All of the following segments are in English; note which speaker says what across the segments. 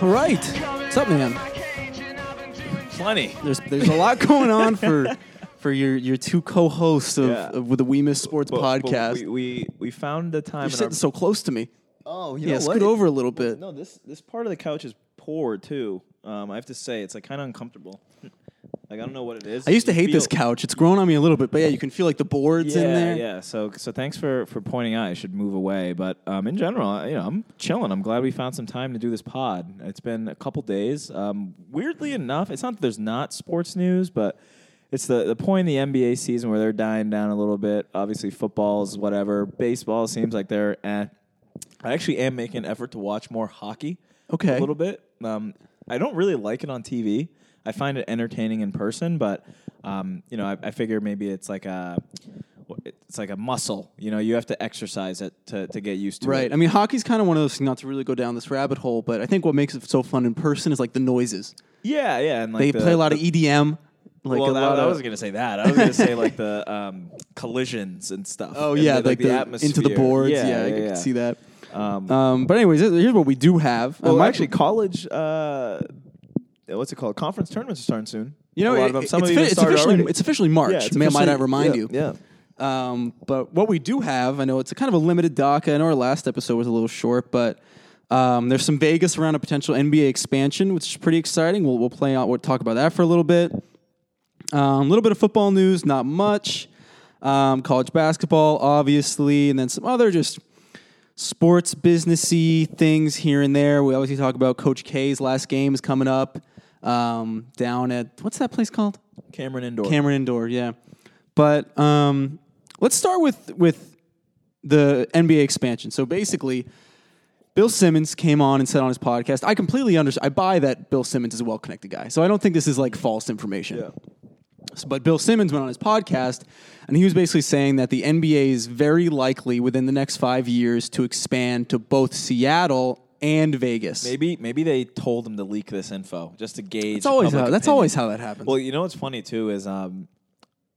Speaker 1: All right. What's up, man?
Speaker 2: Plenty.
Speaker 1: There's there's a lot going on for for your your two co-hosts of,
Speaker 2: Yeah.
Speaker 1: of the We Miss Sports
Speaker 2: But- but
Speaker 1: podcast.
Speaker 2: we, we we found a time.
Speaker 1: You're
Speaker 2: in
Speaker 1: sitting
Speaker 2: our,
Speaker 1: so close to me.
Speaker 2: oh,
Speaker 1: yeah, scoot over a little bit.
Speaker 2: No, this this part of the couch is poor too. Um, I have to say, it's like kind of uncomfortable. like I don't know what it is.
Speaker 1: I used to
Speaker 2: You
Speaker 1: hate this
Speaker 2: feel-
Speaker 1: couch. It's grown on me a little bit, but yeah, you can feel like the boards
Speaker 2: yeah,
Speaker 1: in there.
Speaker 2: Yeah, so so thanks for for pointing out. I should move away, but um, in general, I- you know, I'm chilling. I'm glad we found some time to do this pod. It's been a couple days. Um, weirdly enough, it's not that there's not sports news, but it's the the point in the NBA season where they're dying down a little bit. Obviously, football's whatever. Baseball seems like they're eh. I actually am making an effort to watch more hockey.
Speaker 1: Okay.
Speaker 2: A little bit. Um, I don't really like it on TV. I find it entertaining in person, but um, you know, I, I figure maybe it's like a it's like a muscle. You know, you have to exercise it to, to get used to
Speaker 1: Right.
Speaker 2: it.
Speaker 1: I mean, hockey's kind of one of those not to really go down this rabbit hole, but I think what makes it so fun in person is like the noises.
Speaker 2: Yeah, yeah. And like
Speaker 1: They
Speaker 2: the-
Speaker 1: play a lot of EDM. Like
Speaker 2: well,
Speaker 1: a
Speaker 2: that-
Speaker 1: lot
Speaker 2: I
Speaker 1: of,
Speaker 2: wasn't gonna say that. I was gonna say like the um, collisions and stuff.
Speaker 1: Oh
Speaker 2: and
Speaker 1: yeah,
Speaker 2: the-
Speaker 1: like, the,
Speaker 2: atmosphere
Speaker 1: into the boards. Yeah, I can see that. Um, but anyways, here's what we do have. Um,
Speaker 2: Well,
Speaker 1: my-
Speaker 2: actually, college. Uh, what's it called? Conference tournaments are starting soon.
Speaker 1: you know,
Speaker 2: a lot
Speaker 1: it-
Speaker 2: of them.
Speaker 1: it's,
Speaker 2: Some of
Speaker 1: fi-
Speaker 2: them
Speaker 1: it's
Speaker 2: started
Speaker 1: officially
Speaker 2: already.
Speaker 1: it's officially March.
Speaker 2: Yeah, it's
Speaker 1: May might I
Speaker 2: officially-
Speaker 1: remind
Speaker 2: yeah,
Speaker 1: you?
Speaker 2: Yeah.
Speaker 1: Um, but what we do have, I know it's a kind of a limited doc. I know our last episode was a little short, but um, there's some Vegas around a potential NBA expansion, which is pretty exciting. We'll we'll play out. We'll talk about that for a little bit. A little bit of football news, not much. Um, college basketball, obviously, and then some other just sports businessy things here and there. We obviously talk about Coach K's last game is coming up um, down at what's that place called?
Speaker 2: Cameron Indoor.
Speaker 1: Cameron Indoor, yeah. But um, let's start with with the NBA expansion. So basically, Bill Simmons came on and said on his podcast, I completely understand. I buy that Bill Simmons is a well connected guy, so I don't think this is like false information. So- But Bill Simmons went on his podcast, and he was basically saying that the NBA is very likely within the next five years to expand to both Seattle and Vegas.
Speaker 2: Maybe maybe they told him to leak this info just to gauge.
Speaker 1: That's always
Speaker 2: public
Speaker 1: how, that's
Speaker 2: opinion.
Speaker 1: always how that happens.
Speaker 2: Well, you know what's funny too is um,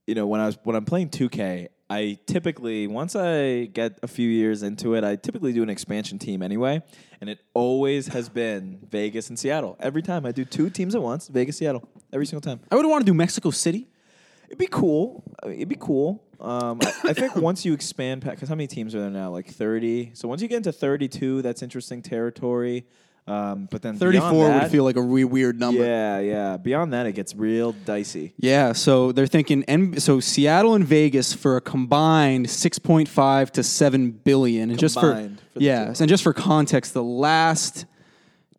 Speaker 2: you know when I was when I'm playing 2K, I typically once I get a few years into it, I typically do an expansion team anyway, and it always has been Vegas and Seattle. Every time I do two teams at once, Vegas Seattle, every single time.
Speaker 1: I would want to do Mexico City.
Speaker 2: It'd be cool. I mean, It'd be cool. Um, I, I think once you expand, because how many teams are there now? Like 30. So once you get into 32, that's interesting territory. Um, but then beyond
Speaker 1: 34 would
Speaker 2: that-
Speaker 1: feel like a re- weird number.
Speaker 2: Yeah, yeah. Beyond that, it gets real dicey.
Speaker 1: Yeah, so they're thinking N- so Seattle and Vegas for a combined 6.5 to 7 billion and just for,
Speaker 2: Combined for the
Speaker 1: yeah,
Speaker 2: two.
Speaker 1: and just for context, the last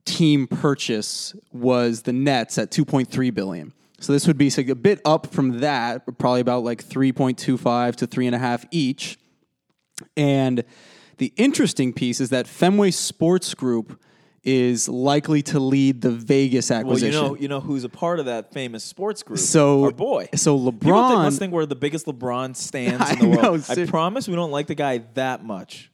Speaker 1: team purchase was the Nets at 2.3 billion. So this would be so a bit up from that, but probably about like 3.25 to 3.5 each. And the interesting piece is that Fenway Sports Group is likely to lead the Vegas
Speaker 2: Well,
Speaker 1: acquisition.
Speaker 2: you know, you know who's a part of that famous sports group.
Speaker 1: So-
Speaker 2: our boy.
Speaker 1: so
Speaker 2: People think,
Speaker 1: LeBron-
Speaker 2: must think we're the biggest LeBron stands
Speaker 1: I
Speaker 2: in the world.
Speaker 1: know, ser-
Speaker 2: I promise we don't like the guy that much.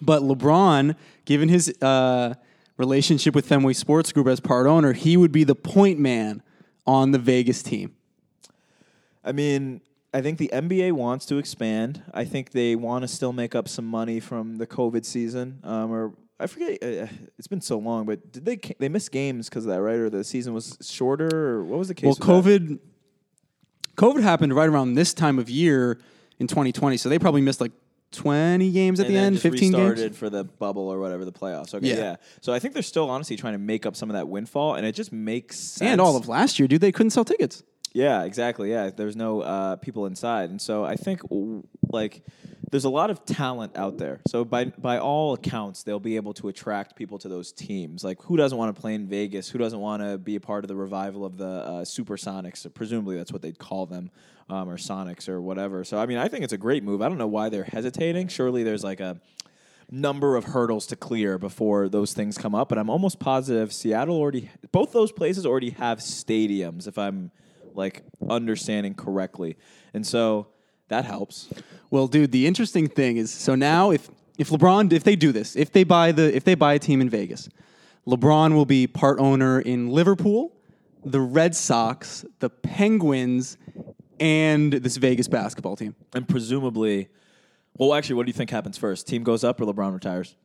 Speaker 1: But LeBron, given his uh, relationship with Fenway Sports Group as part owner, he would be the point man on the Vegas team.
Speaker 2: I mean, I think the NBA wants to expand. I think they want to still make up some money from the COVID season. Um, or I forget. Uh, it's been so long, but did they ca- they miss games because of that, right? Or the season was shorter? Or what was the case?
Speaker 1: Well,
Speaker 2: with
Speaker 1: COVID,
Speaker 2: that?
Speaker 1: COVID happened right around this time of year in 2020, so they probably missed like 20 games at
Speaker 2: and
Speaker 1: the
Speaker 2: then
Speaker 1: end,
Speaker 2: just
Speaker 1: 15
Speaker 2: restarted
Speaker 1: games.
Speaker 2: for the bubble or whatever the playoffs. Okay,
Speaker 1: Yeah.
Speaker 2: yeah. So I think they're still honestly trying to make up some of that windfall, and it just makes sense.
Speaker 1: And all of last year, dude, they couldn't sell tickets.
Speaker 2: Yeah, exactly. Yeah, there's no uh, people inside, and so I think w- like there's a lot of talent out there. So by by all accounts, they'll be able to attract people to those teams. Like who doesn't want to play in Vegas? Who doesn't want to be a part of the revival of the uh, Supersonics? Presumably that's what they'd call them, um, or Sonics or whatever. So I mean, I think it's a great move. I don't know why they're hesitating. Surely there's like a number of hurdles to clear before those things come up. But I'm almost positive Seattle already, both those places already have stadiums, if I'm like understanding correctly. And so that helps.
Speaker 1: Well, dude, the interesting thing is so now if if LeBron if they do this, if they buy the if they buy a team in Vegas, LeBron will be part owner in Liverpool, the Red Sox, the Penguins, and this Vegas basketball team.
Speaker 2: And presumably, well, actually, what do you think happens first? Team goes up or LeBron retires?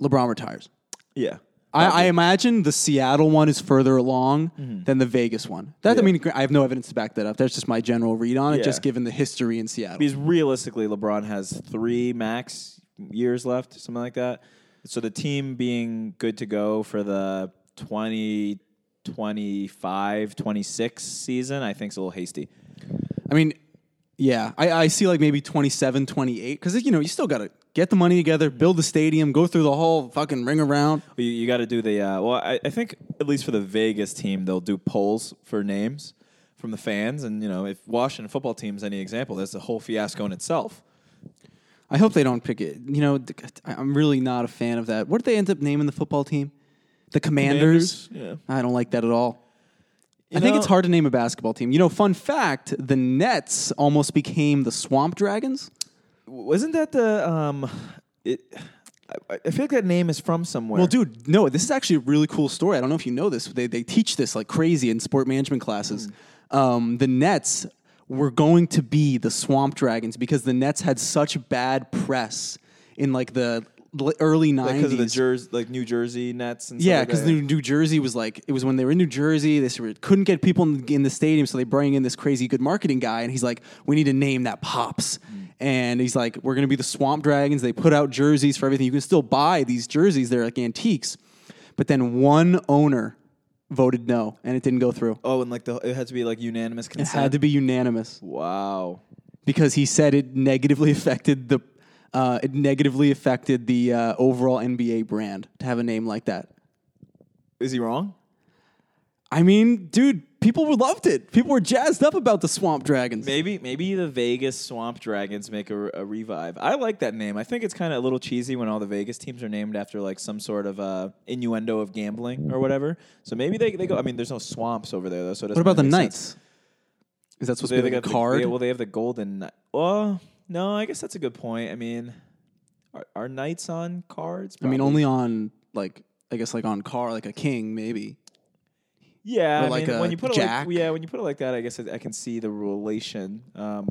Speaker 1: LeBron retires.
Speaker 2: Yeah.
Speaker 1: I, I imagine the Seattle one is further along than the Vegas one. That I
Speaker 2: Mm-hmm. Yeah.
Speaker 1: mean, I have no evidence to back that up. That's just my general read on it, just
Speaker 2: Yeah.
Speaker 1: given the history in Seattle.
Speaker 2: Because realistically, LeBron has three max years left, something like that. So the team being good to go for the 20, 25, 26 season, I think is a little hasty.
Speaker 1: I mean, yeah, I, I see like maybe 27, 28, because you know you still got to get the money together, build the stadium, go through the whole fucking ring around.
Speaker 2: But You, you got to do the, uh, well, I, I think at least for the Vegas team, they'll do polls for names from the fans. And, you know, if Washington football team's any example, that's a whole fiasco in itself.
Speaker 1: I hope they don't pick it. You know, th- I- I'm really not a fan of that. What did they end up naming the football team? The Commanders.
Speaker 2: Commanders,
Speaker 1: I don't like that at all.
Speaker 2: You
Speaker 1: I think
Speaker 2: know-
Speaker 1: it's hard to name a basketball team. You know, fun fact: the Nets almost became the Swamp Dragons.
Speaker 2: Wasn't that the, um, it, I, I feel like that name is from somewhere.
Speaker 1: Well, dude, no, this is actually a really cool story. I don't know if you know this. They, they teach this like crazy in sport management classes.
Speaker 2: Hmm.
Speaker 1: Um, the Nets were going to be the Swamp Dragons because the Nets had such bad press in like the l- early 90s.
Speaker 2: because of the Jersey, like New Jersey Nets and
Speaker 1: yeah,
Speaker 2: stuff like
Speaker 1: because
Speaker 2: that.
Speaker 1: New, New Jersey was like, it was when they were in New Jersey, they sort of couldn't get people in the, in the stadium, so they bring in this crazy good marketing guy, and he's like, we need to name that Pops. And he's like, we're going to be the Swamp Dragons. They put out jerseys for everything. You can still buy these jerseys, they're like antiques. But then one owner voted no, and it didn't go through.
Speaker 2: oh, and like the it had to be like unanimous
Speaker 1: It
Speaker 2: consent.
Speaker 1: had to be unanimous
Speaker 2: wow.
Speaker 1: because he said it negatively affected the. Uh, it negatively affected the uh, overall NBA brand to have a name like that.
Speaker 2: Is he wrong?
Speaker 1: I mean, dude, people were loved it. People were jazzed up about the Swamp Dragons.
Speaker 2: Maybe maybe the Vegas Swamp Dragons make a, a revive. I like that name. I think it's kind of a little cheesy when all the Vegas teams are named after like some sort of uh, innuendo of gambling or whatever. So maybe they, they go. I mean, there's no swamps over there though. So it
Speaker 1: What
Speaker 2: doesn't
Speaker 1: about the
Speaker 2: really make sense.
Speaker 1: Knights? Is that supposed to be like
Speaker 2: got
Speaker 1: a
Speaker 2: the-
Speaker 1: card?
Speaker 2: yeah, well, they have the golden. Kni- Well, no, I guess that's a good point. I mean, are, are knights on cards?
Speaker 1: I mean, only
Speaker 2: Probably.
Speaker 1: on like I guess like on car, like a king maybe.
Speaker 2: Yeah,
Speaker 1: Or
Speaker 2: I
Speaker 1: like
Speaker 2: mean, when
Speaker 1: a
Speaker 2: you put
Speaker 1: jack.
Speaker 2: it like yeah, when you put it like that, I guess I, I can see the relation. Um,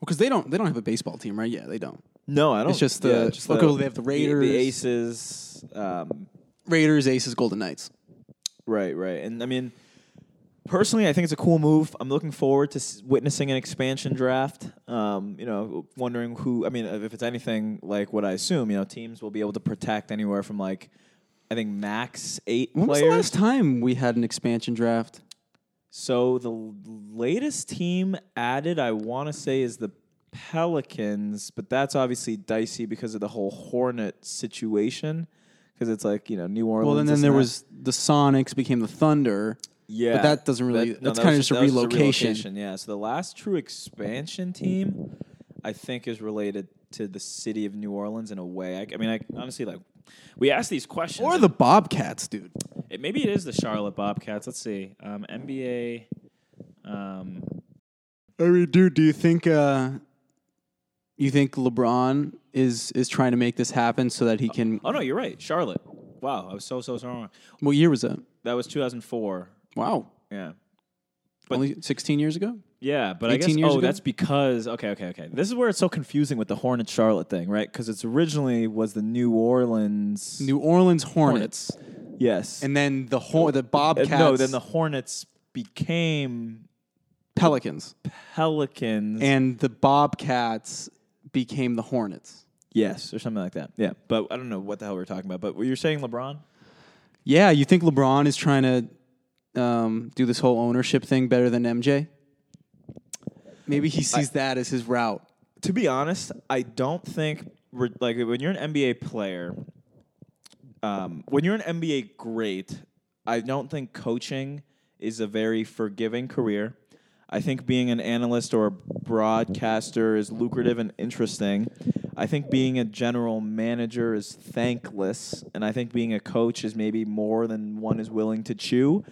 Speaker 1: Because they don't they don't have a baseball team, right? Yeah, they don't.
Speaker 2: no, I don't.
Speaker 1: It's just the-
Speaker 2: yeah,
Speaker 1: look, oh, they have the Raiders.
Speaker 2: the, Aces. Um,
Speaker 1: Raiders, Aces, Golden Knights.
Speaker 2: right, right, and I mean, personally, I think it's a cool move. I'm looking forward to s- witnessing an expansion draft. Um, you know, wondering who. I mean, if it's anything like what I assume, you know, teams will be able to protect anywhere from like, I think max eight
Speaker 1: When was
Speaker 2: players.
Speaker 1: the last time we had an expansion draft?
Speaker 2: So the l- latest team added, I want to say, is the Pelicans, but that's obviously dicey because of the whole Hornet situation. Because it's like you know New Orleans.
Speaker 1: Well, and
Speaker 2: this
Speaker 1: then there
Speaker 2: that.
Speaker 1: was the Sonics became the Thunder.
Speaker 2: yeah,
Speaker 1: but that doesn't really-
Speaker 2: no,
Speaker 1: that's
Speaker 2: that
Speaker 1: kinda
Speaker 2: was
Speaker 1: just a
Speaker 2: that was
Speaker 1: relocation.
Speaker 2: Yeah. So the last true expansion team, I think, is related to the city of New Orleans in a way. I, I mean, I honestly like we asked these questions.
Speaker 1: Or
Speaker 2: and
Speaker 1: the Bobcats, dude.
Speaker 3: It, maybe it is the Charlotte Bobcats. Let's see. Um, NBA. Um,
Speaker 1: I mean, dude, do you think uh, you think LeBron is is trying to make this happen so that he can?
Speaker 3: oh no, you're right. Charlotte. Wow, I was so so so wrong.
Speaker 1: What year was that?
Speaker 3: That was 2004.
Speaker 1: Wow,
Speaker 3: Yeah,
Speaker 1: only sixteen years ago.
Speaker 3: yeah, but I
Speaker 1: 18
Speaker 3: guess
Speaker 1: years
Speaker 3: oh
Speaker 1: ago?
Speaker 3: that's because okay okay okay.
Speaker 2: This is where it's so confusing with the Hornet Charlotte thing, right? Because it's originally was the New Orleans.
Speaker 1: New Orleans Hornets,
Speaker 2: yes.
Speaker 1: and then the Hor- the
Speaker 2: Uh,
Speaker 1: Bobcats.
Speaker 2: No, then the Hornets became
Speaker 1: Pelicans,
Speaker 2: Pelicans.
Speaker 1: and the Bobcats became the Hornets.
Speaker 2: yes, or something like that. Yeah, but I don't know what the hell we were talking about. But were you saying LeBron?
Speaker 1: Yeah, you think LeBron is trying to um, do this whole ownership thing better than MJ? Maybe he sees that as his route.
Speaker 2: To be honest, I don't think re- like when you're an NBA player, um, when you're an NBA great, I don't think coaching is a very forgiving career. I think being an analyst or a broadcaster is lucrative and interesting. I think being a general manager is thankless, and I think being a coach is maybe more than one is willing to chew.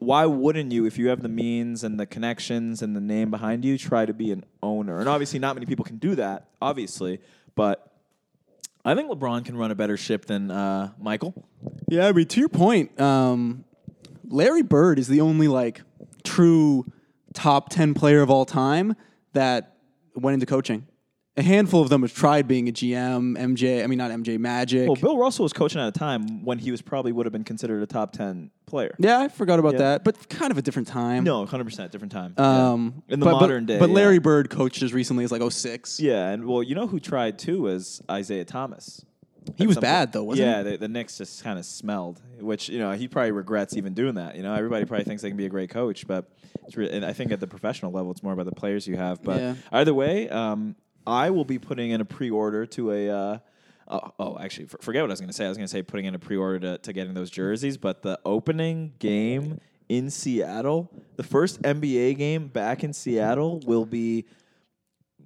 Speaker 2: Why wouldn't you, if you have the means and the connections and the name behind you, try to be an owner? And obviously, not many people can do that, obviously, but I think LeBron can run a better ship than uh, Michael.
Speaker 1: Yeah, I mean, to your point, um, Larry Bird is the only like true top ten player of all time that went into coaching a handful of them have tried being a GM, MJ. I mean, not MJ Magic.
Speaker 2: Well, Bill Russell was coaching at a time when he was probably would have been considered a top ten player.
Speaker 1: yeah, I forgot about
Speaker 2: Yeah.
Speaker 1: that, but kind of a different time.
Speaker 2: No, hundred percent different time. Yeah.
Speaker 1: Um,
Speaker 2: In the
Speaker 1: but, but-
Speaker 2: modern day,
Speaker 1: But
Speaker 2: yeah.
Speaker 1: Larry Bird coached as recently as like 06.
Speaker 2: Yeah, and well, you know who tried too was Isaiah Thomas.
Speaker 1: He
Speaker 2: At
Speaker 1: was
Speaker 2: some
Speaker 1: bad,
Speaker 2: point-
Speaker 1: though, wasn't
Speaker 2: yeah, the, the Knicks just kind of smelled, which you know he probably regrets even doing that. You know, everybody probably thinks they can be a great coach, but it's re- and I think at the professional level, it's more about the players you have. But
Speaker 1: Yeah.
Speaker 2: either way, um, I will be putting in a pre-order to a. Uh, Oh, oh, actually, for, forget what I was going to say. I was going to say putting in a pre-order to, to getting those jerseys, but the opening game in Seattle, the first NBA game back in Seattle, will be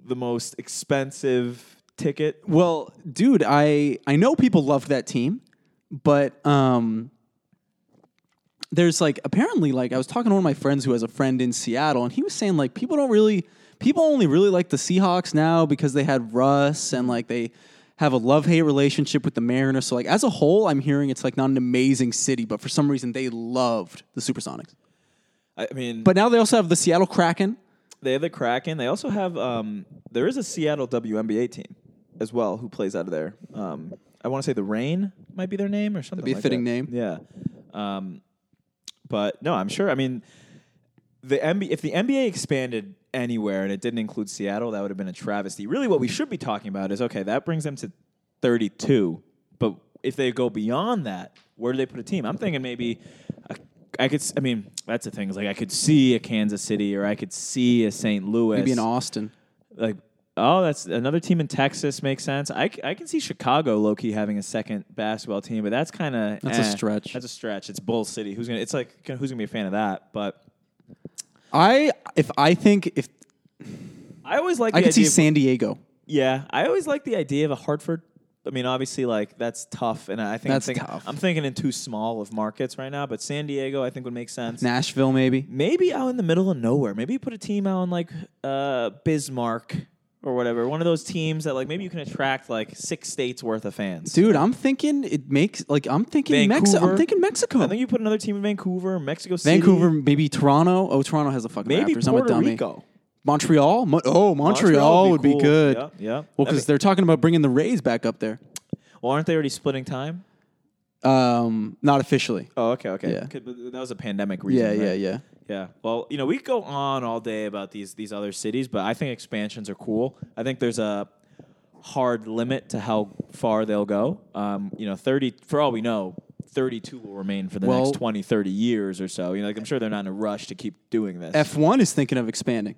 Speaker 2: the most expensive ticket.
Speaker 1: Well, dude, I I know people loved that team, but um there's like apparently like I was talking to one of my friends who has a friend in Seattle and he was saying like people don't really people only really like the Seahawks now because they had Russ and like they have a love-hate relationship with the Mariners. So like as a whole, I'm hearing it's like not an amazing city, but for some reason they loved the Supersonics.
Speaker 2: I mean,
Speaker 1: But now they also have the Seattle Kraken.
Speaker 2: they have the Kraken. They also have um, there is a Seattle WNBA team as well who plays out of there. Um, I want to say the Rain might be their name or something.
Speaker 1: be a
Speaker 2: like
Speaker 1: fitting
Speaker 2: that.
Speaker 1: name.
Speaker 2: Yeah. Um, but no, I'm sure. I mean, the NBA, if the NBA expanded anywhere and it didn't include Seattle, that would have been a travesty. Really, what we should be talking about is okay, that brings them to 32. But if they go beyond that, where do they put a team? I'm thinking maybe I, I could. s- I mean, that's the thing. Is like I could see a Kansas City or I could see a St. Louis.
Speaker 1: Maybe in Austin.
Speaker 2: like. Oh, that's another team in Texas makes sense. I, c- I can see Chicago low key having a second basketball team, but that's kind of
Speaker 1: That's a stretch.
Speaker 2: That's a stretch. It's Bull City. Who's gonna? It's like who's gonna be a fan of that? But
Speaker 1: I if I think if
Speaker 2: I always like.
Speaker 1: I
Speaker 2: the
Speaker 1: could see
Speaker 2: idea of-
Speaker 1: San Diego.
Speaker 2: Yeah, I always like the idea of a Hartford. I mean, obviously, like that's tough, and I think
Speaker 1: That's
Speaker 2: I'm thinking,
Speaker 1: tough.
Speaker 2: I'm thinking in too small of markets right now. But San Diego, I think, would make sense.
Speaker 1: Nashville maybe.
Speaker 2: Maybe out in the middle of nowhere. Maybe you put a team out in like uh, Bismarck or whatever. One of those teams that like maybe you can attract like six states worth of fans.
Speaker 1: Dude, I'm thinking it makes like I'm thinking Mexico. I'm
Speaker 2: Vancouver.
Speaker 1: thinking Mexico.
Speaker 2: I think you put another team in Vancouver, Mexico City,
Speaker 1: Vancouver, maybe Toronto. Oh, Toronto has the fucking
Speaker 2: maybe
Speaker 1: Raptors. I'm a
Speaker 2: Puerto
Speaker 1: dummy.
Speaker 2: Rico.
Speaker 1: Montreal. Mo- oh, Montreal, would be,
Speaker 2: cool.
Speaker 1: good.
Speaker 2: Yeah, yeah.
Speaker 1: Well,
Speaker 2: That'd
Speaker 1: because
Speaker 2: be-
Speaker 1: they're talking about bringing the Rays back up there.
Speaker 2: well, aren't they already splitting time?
Speaker 1: Um, not officially.
Speaker 2: Oh, okay, okay.
Speaker 1: Yeah.
Speaker 2: Could- but That was a pandemic
Speaker 1: Yeah,
Speaker 2: reason.
Speaker 1: yeah,
Speaker 2: right?
Speaker 1: yeah.
Speaker 2: Yeah. Well, you know, we could go on all day about these these other cities, but I think expansions are cool. I think there's a hard limit to how far they'll go. Um, you know, 30 for all we know, 32 will remain for the
Speaker 1: Well-
Speaker 2: next 20, 30 years or so. You know, like I'm sure they're not in a rush to keep doing this.
Speaker 1: F1 is thinking of expanding,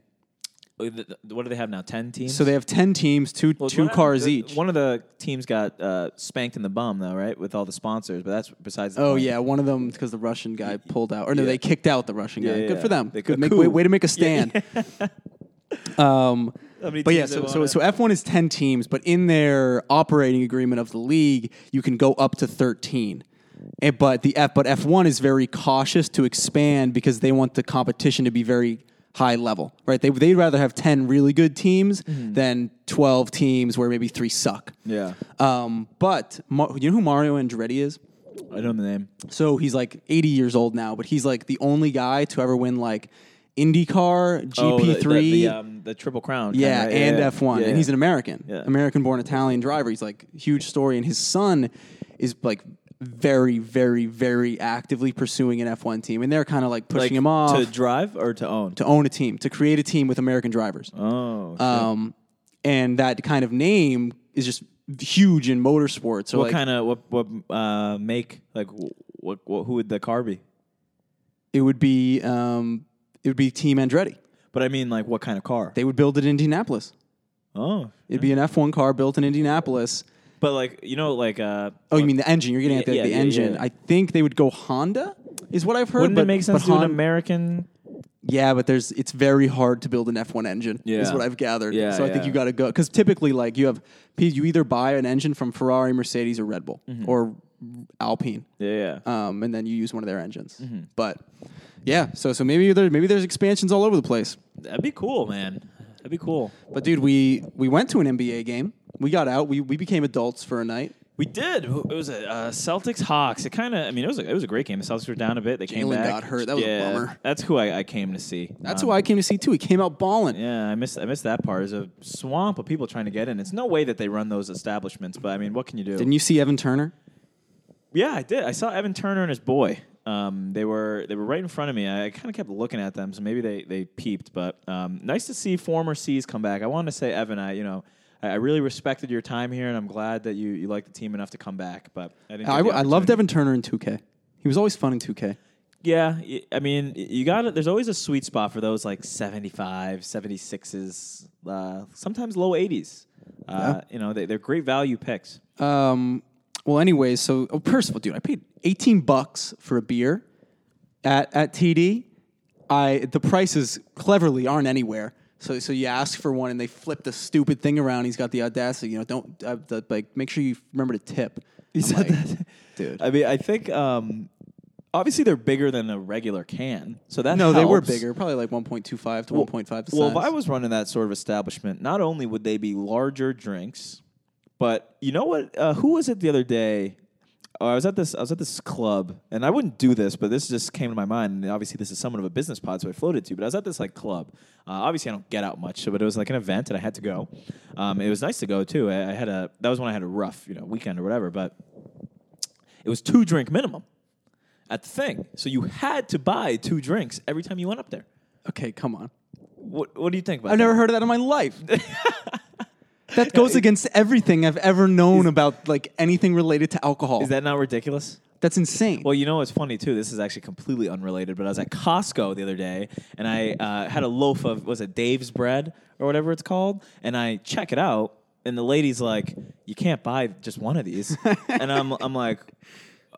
Speaker 2: what do they have now? 10 teams?
Speaker 1: so they have ten teams, two
Speaker 2: Well,
Speaker 1: two
Speaker 2: one of-
Speaker 1: cars
Speaker 2: the-
Speaker 1: each.
Speaker 2: One of the teams got uh, spanked in the bum though, right? With all the sponsors, but that's besides the
Speaker 1: Oh
Speaker 2: point.
Speaker 1: yeah, one of them because the Russian guy pulled out, or no,
Speaker 2: Yeah.
Speaker 1: they kicked out the Russian guy.
Speaker 2: Yeah, yeah,
Speaker 1: Good for
Speaker 2: yeah.
Speaker 1: them.
Speaker 2: They-
Speaker 1: Good
Speaker 2: a
Speaker 1: make,
Speaker 2: coup.
Speaker 1: way, way to make a stand. um,
Speaker 2: How many
Speaker 1: but yeah,
Speaker 2: teams they
Speaker 1: so so,
Speaker 2: wanted?
Speaker 1: so F one is ten teams, but in their operating agreement of the league, you can go up to thirteen. And, but the F but F one is very cautious to expand because they want the competition to be very high level, right? They they'd rather have ten really good teams than twelve teams where maybe three suck.
Speaker 2: Mm-hmm. Yeah.
Speaker 1: Um, but Ma- you know who Mario Andretti is?
Speaker 2: I don't know the name.
Speaker 1: So he's like 80 years old now, but he's like the only guy to ever win like IndyCar,
Speaker 2: Oh,
Speaker 1: GP3,
Speaker 2: the, the, the, um, the Triple Crown. kinda,
Speaker 1: yeah,
Speaker 2: right?
Speaker 1: and
Speaker 2: yeah.
Speaker 1: F1.
Speaker 2: Yeah.
Speaker 1: And he's an American,
Speaker 2: Yeah.
Speaker 1: American born Italian driver. He's like huge story and his son is like very very very actively pursuing an F1 team and they're kind of like pushing
Speaker 2: Like,
Speaker 1: him off
Speaker 2: to drive or to own.
Speaker 1: to own a team, to create a team with American drivers.
Speaker 2: oh, shit.
Speaker 1: Um and that kind of name is just huge in motorsports. So
Speaker 2: what
Speaker 1: like,
Speaker 2: kind of what what uh, make like wh- what, what who would the car be?
Speaker 1: it would be um it would be Team Andretti.
Speaker 2: But I mean, like what kind of car?
Speaker 1: They would build it in Indianapolis.
Speaker 2: oh,
Speaker 1: It'd be an F1 car built in Indianapolis.
Speaker 2: but like you know, like uh,
Speaker 1: Oh, you mean the engine? You're getting at the,
Speaker 2: Yeah,
Speaker 1: the
Speaker 2: yeah,
Speaker 1: engine.
Speaker 2: yeah.
Speaker 1: I think they would go Honda, is what I've heard.
Speaker 2: wouldn't
Speaker 1: but,
Speaker 2: it make
Speaker 1: but
Speaker 2: sense to do an
Speaker 1: Hon-
Speaker 2: American?
Speaker 1: Yeah, but there's it's very hard to build an F1 engine. is
Speaker 2: Yeah.
Speaker 1: what I've gathered.
Speaker 2: Yeah,
Speaker 1: so I think
Speaker 2: yeah.
Speaker 1: you got to go because typically, like you have, you either buy an engine from Ferrari, Mercedes, or Red Bull
Speaker 2: Mm-hmm.
Speaker 1: or Alpine,
Speaker 2: Yeah, yeah.
Speaker 1: um, and then you use one of their engines.
Speaker 2: Mm-hmm.
Speaker 1: But yeah, so so maybe there maybe there's expansions all over the place.
Speaker 2: That'd be cool, man. That'd be cool.
Speaker 1: But dude, we we went to an NBA game. We got out. We we became adults for a night.
Speaker 2: We did. It was a uh, Celtics Hawks. It kind of. I mean, it was a, it was a great game. The Celtics were down a bit. They came
Speaker 1: Jalen
Speaker 2: back.
Speaker 1: got hurt. That was a
Speaker 2: yeah,
Speaker 1: bummer.
Speaker 2: That's who I, I came to see.
Speaker 1: That's
Speaker 2: Um,
Speaker 1: who I came to see too. He came out balling.
Speaker 2: Yeah, I missed I missed that part. There's a swamp of people trying to get in. It's no way that they run those establishments, but I mean, what can you do?
Speaker 1: Didn't you see Evan Turner?
Speaker 2: Yeah, I did. I saw Evan Turner and his boy. Um, they were they were right in front of me. I, I kind of kept looking at them, so maybe they they peeped. But um, nice to see former C's come back. I wanted to say Evan, I you know. I I really respected your time here, and I'm glad that you, you like the team enough to come back. But I didn't.
Speaker 1: I,
Speaker 2: get the
Speaker 1: I loved
Speaker 2: opportunity.
Speaker 1: Evan Turner in 2K. He was always fun in 2K.
Speaker 2: Yeah, y- I mean, y- you got it. There's always a sweet spot for those like 75, 76s, uh, sometimes low 80s. Uh, You know, they, they're great value picks.
Speaker 1: Um, well, anyways, so oh, first of all, dude, I paid 18 bucks for a beer at, at TD. I the prices cleverly aren't anywhere. So so you ask for one and they flip the stupid thing around. He's got the audacity, you know, don't uh, the, like make sure you remember to tip. He
Speaker 4: said that.
Speaker 1: dude.
Speaker 2: I mean, I think um, obviously they're bigger than a regular can, so that
Speaker 1: no, they were
Speaker 2: helps.
Speaker 1: bigger, probably like 1.25 to 1.5. the
Speaker 4: Well, if
Speaker 1: size.
Speaker 4: I was running that sort of establishment, not only would they be larger drinks,
Speaker 2: But you know what? Uh, who was it the other day? Oh, I was at this. I was at this club, and I wouldn't do this, but this just came to my mind. And obviously, this is somewhat of a business pod, so I floated to. But I was at this like club. Uh, obviously, I don't get out much, so- but it was like an event, and I had to go. Um, it was nice to go too. I, I had a that was when I had a rough, you know, weekend or whatever. But it was two drink minimum at the thing, so you had to buy two drinks every time you went up there.
Speaker 1: okay, come on.
Speaker 2: What What do you think about?
Speaker 1: I've
Speaker 2: that?
Speaker 1: never heard of that in my life. that goes against everything I've ever known about like anything related to alcohol.
Speaker 2: Is that not ridiculous?
Speaker 1: That's insane.
Speaker 2: Well, you know what's funny too? This is actually completely unrelated, but I was at Costco the other day and I uh, had a loaf of was it Dave's bread or whatever it's called, and I check it out, and the lady's like, "You can't buy just one of these," and I'm I'm like.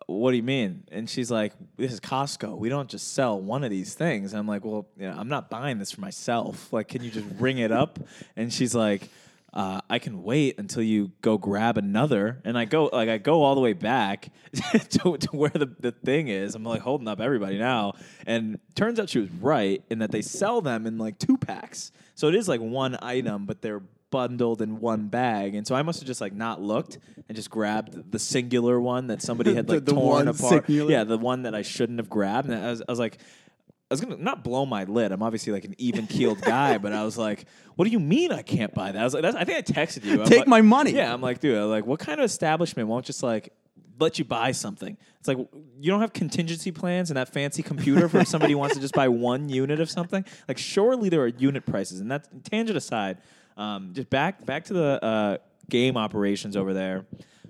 Speaker 2: What do you mean? And she's like, "This is Costco. We don't just sell one of these things." And I'm like, "Well, you know, I'm not buying this for myself. Like, can you just ring it up?" And she's like, uh, I can wait until you go grab another. And I go like I go all the way back to, to where the, the thing is. I'm like holding up everybody now. And turns out she was right in that they sell them in like two packs. So it is like one item, but they're bundled in one bag. And so I must have just like not looked and just grabbed the singular one that somebody had
Speaker 1: The-
Speaker 2: like
Speaker 1: the
Speaker 2: torn
Speaker 1: one
Speaker 2: apart.
Speaker 1: singular?
Speaker 2: Yeah, the one that I shouldn't have grabbed. And I was, I was like, I was gonna not blow my lid. I'm obviously like an even keeled guy, but I was like, "What do you mean I can't buy that?" I was like, that's, "I think I texted you." I'm
Speaker 1: Take
Speaker 2: like-
Speaker 1: my money.
Speaker 2: Yeah, I'm like, dude, I'm like, what kind of establishment won't just like let you buy something? It's like you don't have contingency plans and that fancy computer for if somebody wants to just buy one unit of something. Like, surely there are unit prices. And that's tangent aside. Um, just back back to the uh, game operations over there.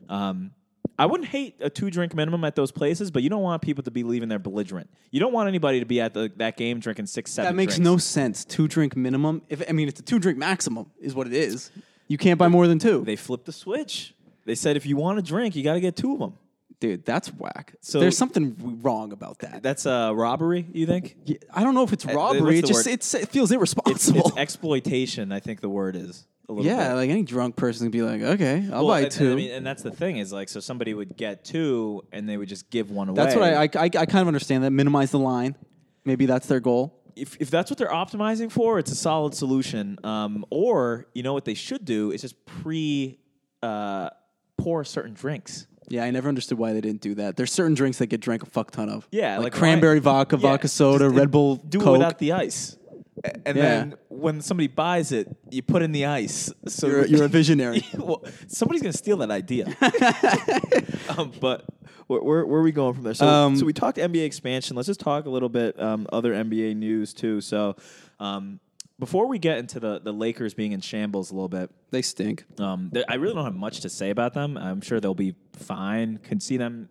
Speaker 2: Um, I wouldn't hate a two drink minimum at those places, but you don't want people to be leaving there belligerent. You don't want anybody to be at the, that game drinking six, seven.
Speaker 1: that makes
Speaker 2: drinks.
Speaker 1: no sense. Two drink minimum. If I mean, it's a two drink maximum is what it is. You can't buy more than two,
Speaker 2: They flipped the switch. They said if you want a drink, you got to get two of them.
Speaker 1: dude. That's whack.
Speaker 2: So-
Speaker 1: So there's something w- wrong about that.
Speaker 2: That's a uh, robbery, you think?
Speaker 1: Yeah, I don't know if it's
Speaker 2: Eh, what's
Speaker 1: robbery. It
Speaker 2: the
Speaker 1: just
Speaker 2: word?
Speaker 1: it's, it feels
Speaker 2: It's,
Speaker 1: irresponsible.
Speaker 2: it's exploitation, I think the word is. A little
Speaker 1: yeah,
Speaker 2: bit.
Speaker 1: like any drunk person would be like, okay, I'll
Speaker 2: Well,
Speaker 1: buy
Speaker 2: and-
Speaker 1: two.
Speaker 2: And, I mean, and that's the thing is like, so somebody would get two and they would just give one away.
Speaker 1: that's what I, I I I kind of understand that. Minimize the line. Maybe that's their goal.
Speaker 2: if, if that's what they're optimizing for, it's a solid solution. Um, or, you know what they should do is just pre uh, pour certain drinks.
Speaker 1: Yeah, I never understood why they didn't do that. There's certain drinks that get drank a fuck ton of.
Speaker 2: Yeah,
Speaker 1: like,
Speaker 2: like why-
Speaker 1: cranberry vodka,
Speaker 2: Yeah,
Speaker 1: vodka soda,
Speaker 2: just, uh,
Speaker 1: Red Bull,
Speaker 2: Do it
Speaker 1: Coke.
Speaker 2: without the ice. A- And
Speaker 1: Yeah.
Speaker 2: then when somebody buys it, you put in the ice. So
Speaker 1: You're- you're a visionary.
Speaker 2: well, somebody's gonna steal that idea. um, but
Speaker 4: where, where, where are we going from there? So,
Speaker 1: Um,
Speaker 4: so we talked NBA expansion. Let's just talk a little bit um, other NBA news too.
Speaker 2: so um, before we get into the the Lakers being in shambles a little bit,
Speaker 1: they stink.
Speaker 2: Um, there, I really don't have much to say about them. I'm sure they'll be fine. Can see them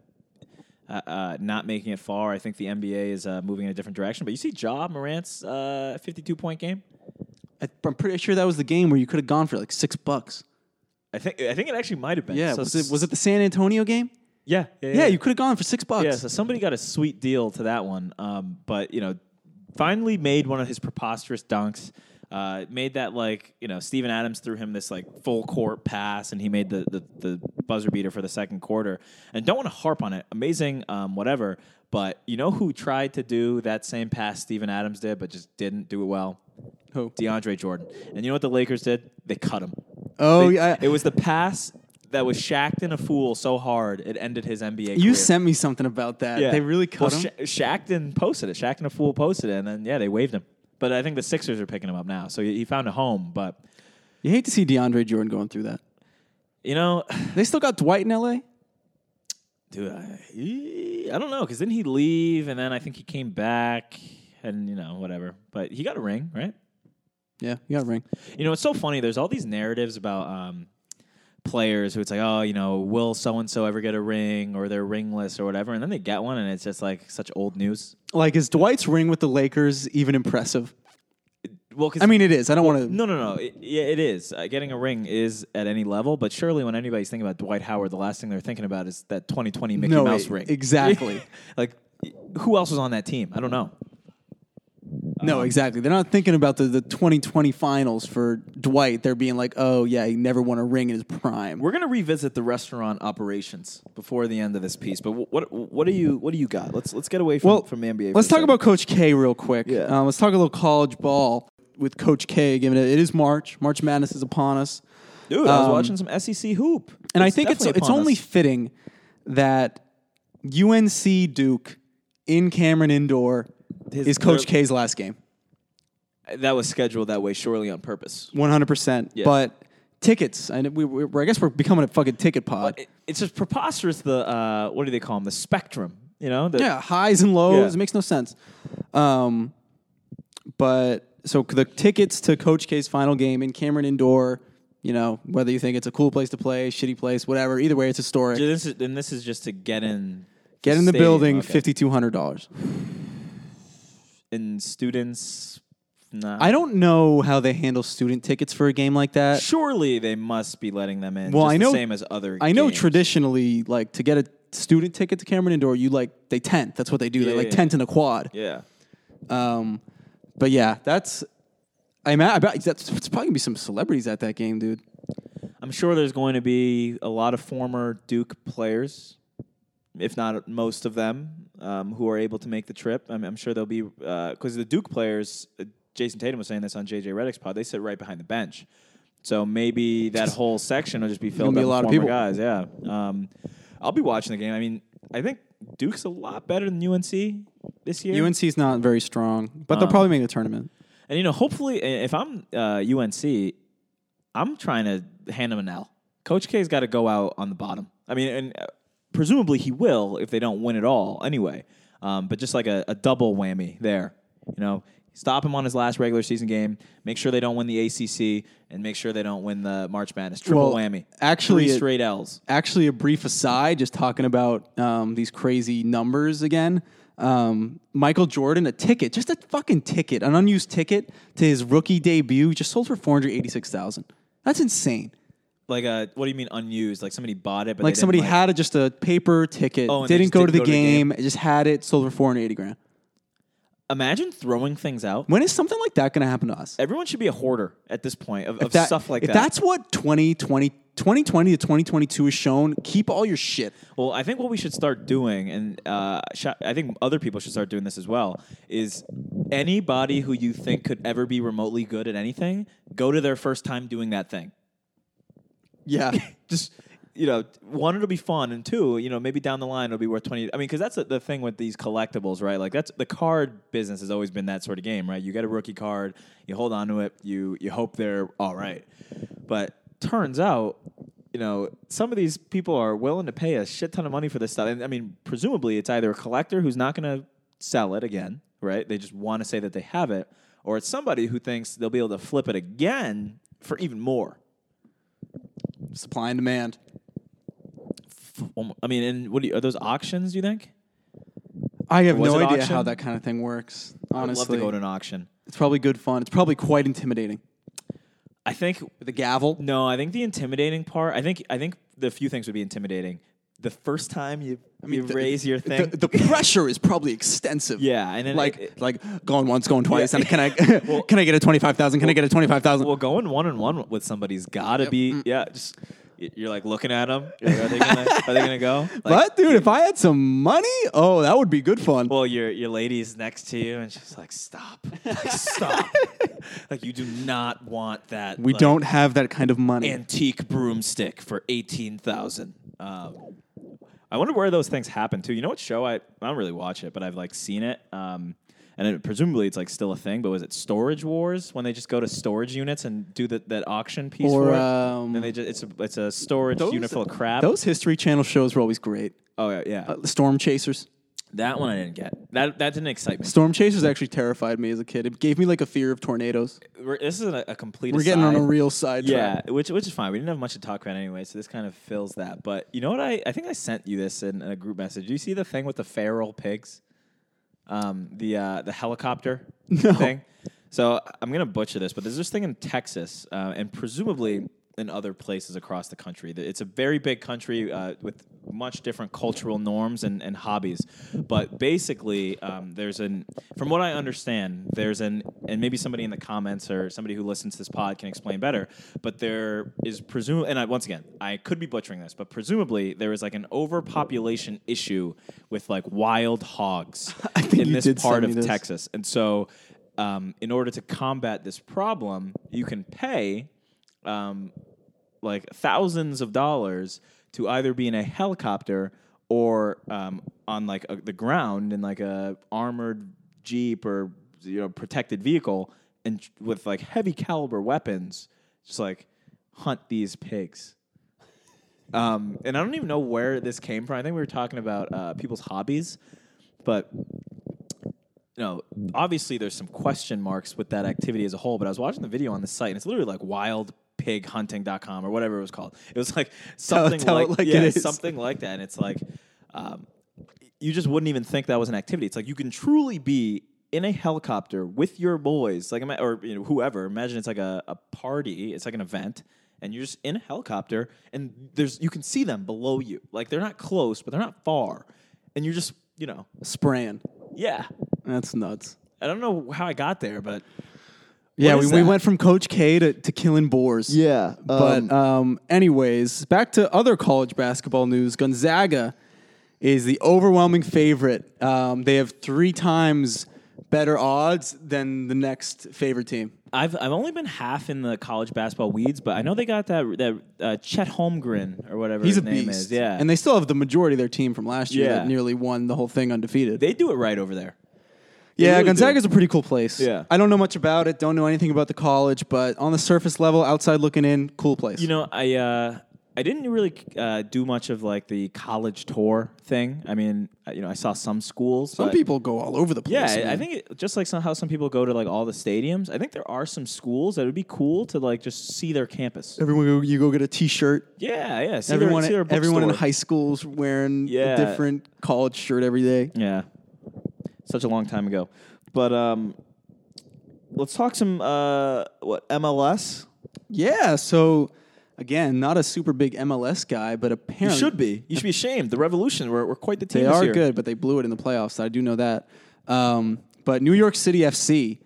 Speaker 2: uh, uh, not making it far. I think the NBA is uh, moving in a different direction. But you see, Ja Morant's uh, 52 point game.
Speaker 1: I, I'm pretty sure that was the game where you could have gone for like six bucks.
Speaker 2: I think I think it actually might have been.
Speaker 1: Yeah,
Speaker 2: So
Speaker 1: was it
Speaker 2: s-
Speaker 1: was it the San Antonio game?
Speaker 2: Yeah, yeah,
Speaker 1: Yeah, you could have gone for six bucks.
Speaker 2: Yeah, so somebody got a sweet deal to that one. Um, but you know, finally made one of his preposterous dunks. Uh, made that like you know Steven Adams threw him this like full court pass and he made the the, the buzzer beater for the second quarter and don't want to harp on it amazing um, whatever but you know who tried to do that same pass Steven Adams did but just didn't do it well
Speaker 1: Who?
Speaker 2: DeAndre Jordan and you know what the Lakers did they cut him
Speaker 1: Oh
Speaker 2: they-
Speaker 1: yeah,
Speaker 2: it was the pass that was shacked in a fool so hard it ended his NBA.
Speaker 1: You
Speaker 2: career.
Speaker 1: sent me something about that. They really cut
Speaker 2: well,
Speaker 1: him.
Speaker 2: Sha- Shackton posted it. Shackton a fool posted it, and then yeah, they waived him. But I think the Sixers are picking him up now, so he he found a home. But
Speaker 1: you hate to see DeAndre Jordan going through that.
Speaker 2: you know,
Speaker 1: They still got Dwight in LA.
Speaker 2: dude, I, he- I don't know because didn't he leave, and then I think he came back, and you know whatever. But he got a ring, right?
Speaker 1: Yeah, you got a ring.
Speaker 2: You know, it's so funny. There's all these narratives about um, players who it's like, oh, you know, will so and so ever get a ring, or they're ringless, or whatever, and then they get one, and it's just like such old news.
Speaker 1: Like, is Dwight's ring with the Lakers even impressive?
Speaker 2: Well, 'cause-
Speaker 1: I mean, it is. I don't want to.
Speaker 2: No, no, no. It, yeah, it is. Uh, getting a ring is at any level, but surely when anybody's thinking about Dwight Howard, the last thing they're thinking about is that 2020 Mickey
Speaker 1: No,
Speaker 2: Mouse
Speaker 1: e-
Speaker 2: ring.
Speaker 1: exactly.
Speaker 2: like, who else was on that team? I don't know.
Speaker 1: No, exactly. They're not thinking about the, the 2020 finals for Dwight. They're being like, oh, yeah, he never won a ring in his prime.
Speaker 2: We're gonna revisit the restaurant operations before the end of this piece. But wh- what what do you what do you got? Let's let's get away from
Speaker 1: well,
Speaker 2: from the
Speaker 1: Let's
Speaker 2: NBA. for a
Speaker 1: talk
Speaker 2: second.
Speaker 1: about Coach K real quick.
Speaker 2: Yeah.
Speaker 1: Um, let's talk a little college ball with Coach K. Given it, it is March, March Madness is upon us.
Speaker 2: dude. I was
Speaker 1: um,
Speaker 2: watching some SEC hoop,
Speaker 1: And I think it's
Speaker 2: definitely
Speaker 1: it's
Speaker 2: upon
Speaker 1: only
Speaker 2: us.
Speaker 1: fitting that UNC Duke in Cameron Indoor
Speaker 2: His-
Speaker 1: is Coach
Speaker 2: their-
Speaker 1: K's last game.
Speaker 2: that was scheduled that way, surely on purpose.
Speaker 1: One hundred percent. But tickets, and we, we, I guess we're becoming a fucking ticket pod.
Speaker 2: It- it's just preposterous. The uh, what do they call them? The spectrum. You know, the,
Speaker 1: yeah, highs and lows.
Speaker 2: Yeah.
Speaker 1: It makes no sense. Um, but so the tickets to Coach K's final game in Cameron Indoor. You know, whether you think it's a cool place to play, shitty place, whatever. Either way, it's historic.
Speaker 2: So this is and this is just to get in.
Speaker 1: Get in the
Speaker 2: stadium,
Speaker 1: building,
Speaker 2: okay.
Speaker 1: fifty two hundred dollars.
Speaker 2: and students. Nah.
Speaker 1: I don't know how they handle student tickets for a game like that.
Speaker 2: surely they must be letting them in.
Speaker 1: Well,
Speaker 2: just
Speaker 1: I know-
Speaker 2: the same as other.
Speaker 1: I know
Speaker 2: games.
Speaker 1: traditionally, like to get a student ticket to Cameron Indoor, you like they tent. That's what they do. they
Speaker 2: Yeah,
Speaker 1: like
Speaker 2: yeah,
Speaker 1: tent in a quad.
Speaker 2: Yeah,
Speaker 1: Um, but yeah, that's. I'm at, I bet that's it's probably gonna be some celebrities at that game, dude.
Speaker 2: I'm sure there's going to be a lot of former Duke players, if not most of them, um, who are able to make the trip. I'm, I'm sure they'll be because the Duke players. Uh, Jason Tatum was saying this on JJ Redick's pod. They sit right behind the bench, so maybe that whole section will just be filled
Speaker 1: be
Speaker 2: up
Speaker 1: a lot of
Speaker 2: with former
Speaker 1: people.
Speaker 2: guys. Yeah, um, I'll be watching the game. I mean, I think Duke's a lot better than UNC this year.
Speaker 1: UNC's not very strong, but
Speaker 2: Oh.
Speaker 1: they'll probably make the tournament.
Speaker 2: And you know, hopefully, i- if I'm uh, UNC, I'm trying to hand him an L. Coach K's got to go out on the bottom. I mean, and uh, presumably he will if they don't win at all anyway. Um, but just like a, a double whammy there, you know, stop him on his last regular season game. Make sure they don't win the ACC and make sure they don't win the March Madness
Speaker 1: Well,
Speaker 2: triple whammy.
Speaker 1: actually,
Speaker 2: Three
Speaker 1: it-
Speaker 2: straight L's.
Speaker 1: Actually, a brief aside, just talking about um, these crazy numbers again. Um, Michael Jordan, a ticket, just a fucking ticket, an unused ticket to his rookie debut, just sold for four hundred eighty-six thousand. That's insane.
Speaker 2: Like, uh, what do you mean unused? Like somebody bought it, but they
Speaker 1: Like
Speaker 2: didn't,
Speaker 1: somebody had a, just a paper ticket,
Speaker 2: Oh, and they
Speaker 1: didn't
Speaker 2: just
Speaker 1: go to
Speaker 2: didn't
Speaker 1: the
Speaker 2: go to the
Speaker 1: game, just had it, sold for four hundred eighty grand.
Speaker 2: Imagine throwing things out.
Speaker 1: When is something like that going to happen to us?
Speaker 2: Everyone should be a hoarder at this point of, of
Speaker 1: That-
Speaker 2: stuff like
Speaker 1: if
Speaker 2: that.
Speaker 1: That's what 2020, 2020 to twenty twenty two is shown. Keep all your shit.
Speaker 2: Well, I think what we should start doing, and uh, sh- I think other people should start doing this as well, is anybody who you think could ever be remotely good at anything, go to their first time doing that thing.
Speaker 1: Yeah,
Speaker 2: Just you know, one it'll be fun, and two, you know, maybe down the line it'll be worth twenty. I mean, because that's the- the thing with these collectibles, right? Like that's the card business has always been that sort of game, right? You get a rookie card, you hold on to it, you you hope they're all right, but turns out you know, some of these people are willing to pay a shit ton of money for this stuff. And I mean, presumably it's either a collector who's not going to sell it again, right? They just want to say that they have it, or it's somebody who thinks they'll be able to flip it again for even more.
Speaker 1: supply and demand.
Speaker 2: F- one mo- I mean, and what do you, are those auctions? Do you think?
Speaker 1: I have
Speaker 2: Was
Speaker 1: no
Speaker 2: it
Speaker 1: idea
Speaker 2: auction?
Speaker 1: how that kind of thing works. Honestly,
Speaker 2: I'd love to go to an auction.
Speaker 1: it's probably good fun. It's probably quite intimidating.
Speaker 2: I think
Speaker 1: The gavel.
Speaker 2: no. I think the intimidating part. I think I think the few things would be intimidating. The first time you you
Speaker 1: the-
Speaker 2: raise your
Speaker 1: the-
Speaker 2: thing,
Speaker 1: The, pressure is probably extensive.
Speaker 2: Yeah, and then
Speaker 1: like
Speaker 2: it-
Speaker 1: like going once, going twice, and can I can I get a twenty five thousand? Can I get a twenty five thousand? Mm.
Speaker 2: well, going one on one with somebody's got to be yeah. Just Y- You're like looking at them. You're like, are they gonna are they gonna go? Like,
Speaker 1: but dude, if I had some money, oh, that would be good fun.
Speaker 2: Well, your your lady's next to you, and she's like, "Stop, like, stop! like you do not want that.
Speaker 1: we
Speaker 2: like,
Speaker 1: don't have that kind of money.
Speaker 2: antique broomstick for eighteen thousand. Um, I wonder where those things happen too. You know what show I I don't really watch it, but I've like seen it. Um, and it, presumably it's like still a thing. But was it Storage Wars when they just go to storage units and do that that auction piece
Speaker 1: Or,
Speaker 2: for it?
Speaker 1: um,
Speaker 2: and they just it's a, it's a storage
Speaker 1: Those-
Speaker 2: unit full of crap.
Speaker 1: Those History Channel shows were always great.
Speaker 2: oh yeah, yeah.
Speaker 1: Storm Chasers.
Speaker 2: that one I didn't get. That that didn't excite me.
Speaker 1: Storm Chasers actually terrified me as a kid. It gave me like a fear of tornadoes.
Speaker 2: We're- this is a, a complete.
Speaker 1: We're getting on a
Speaker 2: aside.
Speaker 1: real side
Speaker 2: Yeah,
Speaker 1: track.
Speaker 2: which which is fine. We didn't have much to talk about anyway, so this kind of fills that. But you know what? I, I think I sent you this in a group message. Do you see the thing with the feral pigs? Um, the uh, the helicopter thing. So I'm gonna butcher this, but there's this thing in Texas, uh, and presumably in other places across the country. That- It's a very big country uh, with much different cultural norms and, and hobbies. But basically, um, there's an, from what I understand, there's an, and maybe somebody in the comments or somebody who listens to this pod can explain better, but there is presumably, and I, once again, I could be butchering this, but presumably there is like an overpopulation issue with like wild hogs
Speaker 1: I think
Speaker 2: in
Speaker 1: you
Speaker 2: this
Speaker 1: did
Speaker 2: part
Speaker 1: send me
Speaker 2: of
Speaker 1: this.
Speaker 2: Texas. And so, um, in order to combat this problem, you can pay um, like thousands of dollars to either be in a helicopter or um, on like a, the ground in like a armored jeep or you know protected vehicle and tr- with like heavy caliber weapons just like hunt these pigs um, and i don't even know where this came from i think we were talking about uh, people's hobbies but you know, obviously there's some question marks with that activity as a whole, but I was watching the video on the site and it's literally like wildpighunting.com or whatever it was called. It was like something
Speaker 1: tell it
Speaker 2: like,
Speaker 1: like
Speaker 2: yeah,
Speaker 1: it is.
Speaker 2: something like that. And it's like, um, you just wouldn't even think that was an activity. It's like you can truly be in a helicopter with your boys, like ima- or you know whoever. Imagine it's like a, a party, it's like an event, and you're just in a helicopter, and there's you can see them below you. Like they're not close, but they're not far, and you're just you know
Speaker 1: Spraying.
Speaker 2: yeah.
Speaker 1: That's nuts.
Speaker 2: I don't know how I got there, but
Speaker 1: Yeah,
Speaker 2: What
Speaker 1: we,
Speaker 2: is
Speaker 1: we
Speaker 2: that?
Speaker 1: went from Coach K to, to killing boars.
Speaker 4: Yeah,
Speaker 1: But
Speaker 4: um,
Speaker 1: um, anyways, back to other college basketball news. Gonzaga is the overwhelming favorite. Um, they have three times better odds than the next favorite team.
Speaker 2: I've I've only been half in the college basketball weeds, but I know they got that that uh, Chet Holmgren or whatever
Speaker 1: He's
Speaker 2: his
Speaker 1: a
Speaker 2: name
Speaker 1: beast.
Speaker 2: is. Yeah,
Speaker 1: And they still have the majority of their team from last year
Speaker 2: Yeah.
Speaker 1: that nearly won the whole thing undefeated.
Speaker 2: they do it right over there.
Speaker 1: yeah,
Speaker 2: really do.
Speaker 1: Gonzaga's a pretty cool place.
Speaker 2: Yeah.
Speaker 1: I don't know much about it, don't know anything about the college, but on the surface level, outside looking in, cool place.
Speaker 2: You know, I uh, I didn't really uh, do much of like the college tour thing. I mean, uh, you know, I saw some schools.
Speaker 1: some
Speaker 2: but-
Speaker 1: people go all over the place.
Speaker 2: Yeah, I- I
Speaker 1: man.
Speaker 2: think it, just like some, how some people go to like all the stadiums, I think there are some schools that would be cool to like just see their campus.
Speaker 1: everyone go, you go get a t-shirt.
Speaker 2: Yeah, yeah. See
Speaker 1: Everyone,
Speaker 2: their, see their
Speaker 1: everyone in
Speaker 2: bookstore.
Speaker 1: high school's wearing
Speaker 2: Yeah.
Speaker 1: a different college shirt every day.
Speaker 2: Yeah. Such a long time ago. But um let's talk some uh what MLS?
Speaker 1: Yeah. So again, not a super big MLS guy, but
Speaker 2: You
Speaker 1: apparently
Speaker 2: should be. You should be ashamed. The Revolution, we're, we're quite the team
Speaker 1: They
Speaker 2: this
Speaker 1: are
Speaker 2: year.
Speaker 1: good, but they blew it in the playoffs. I do know that. Um, but New York City FC,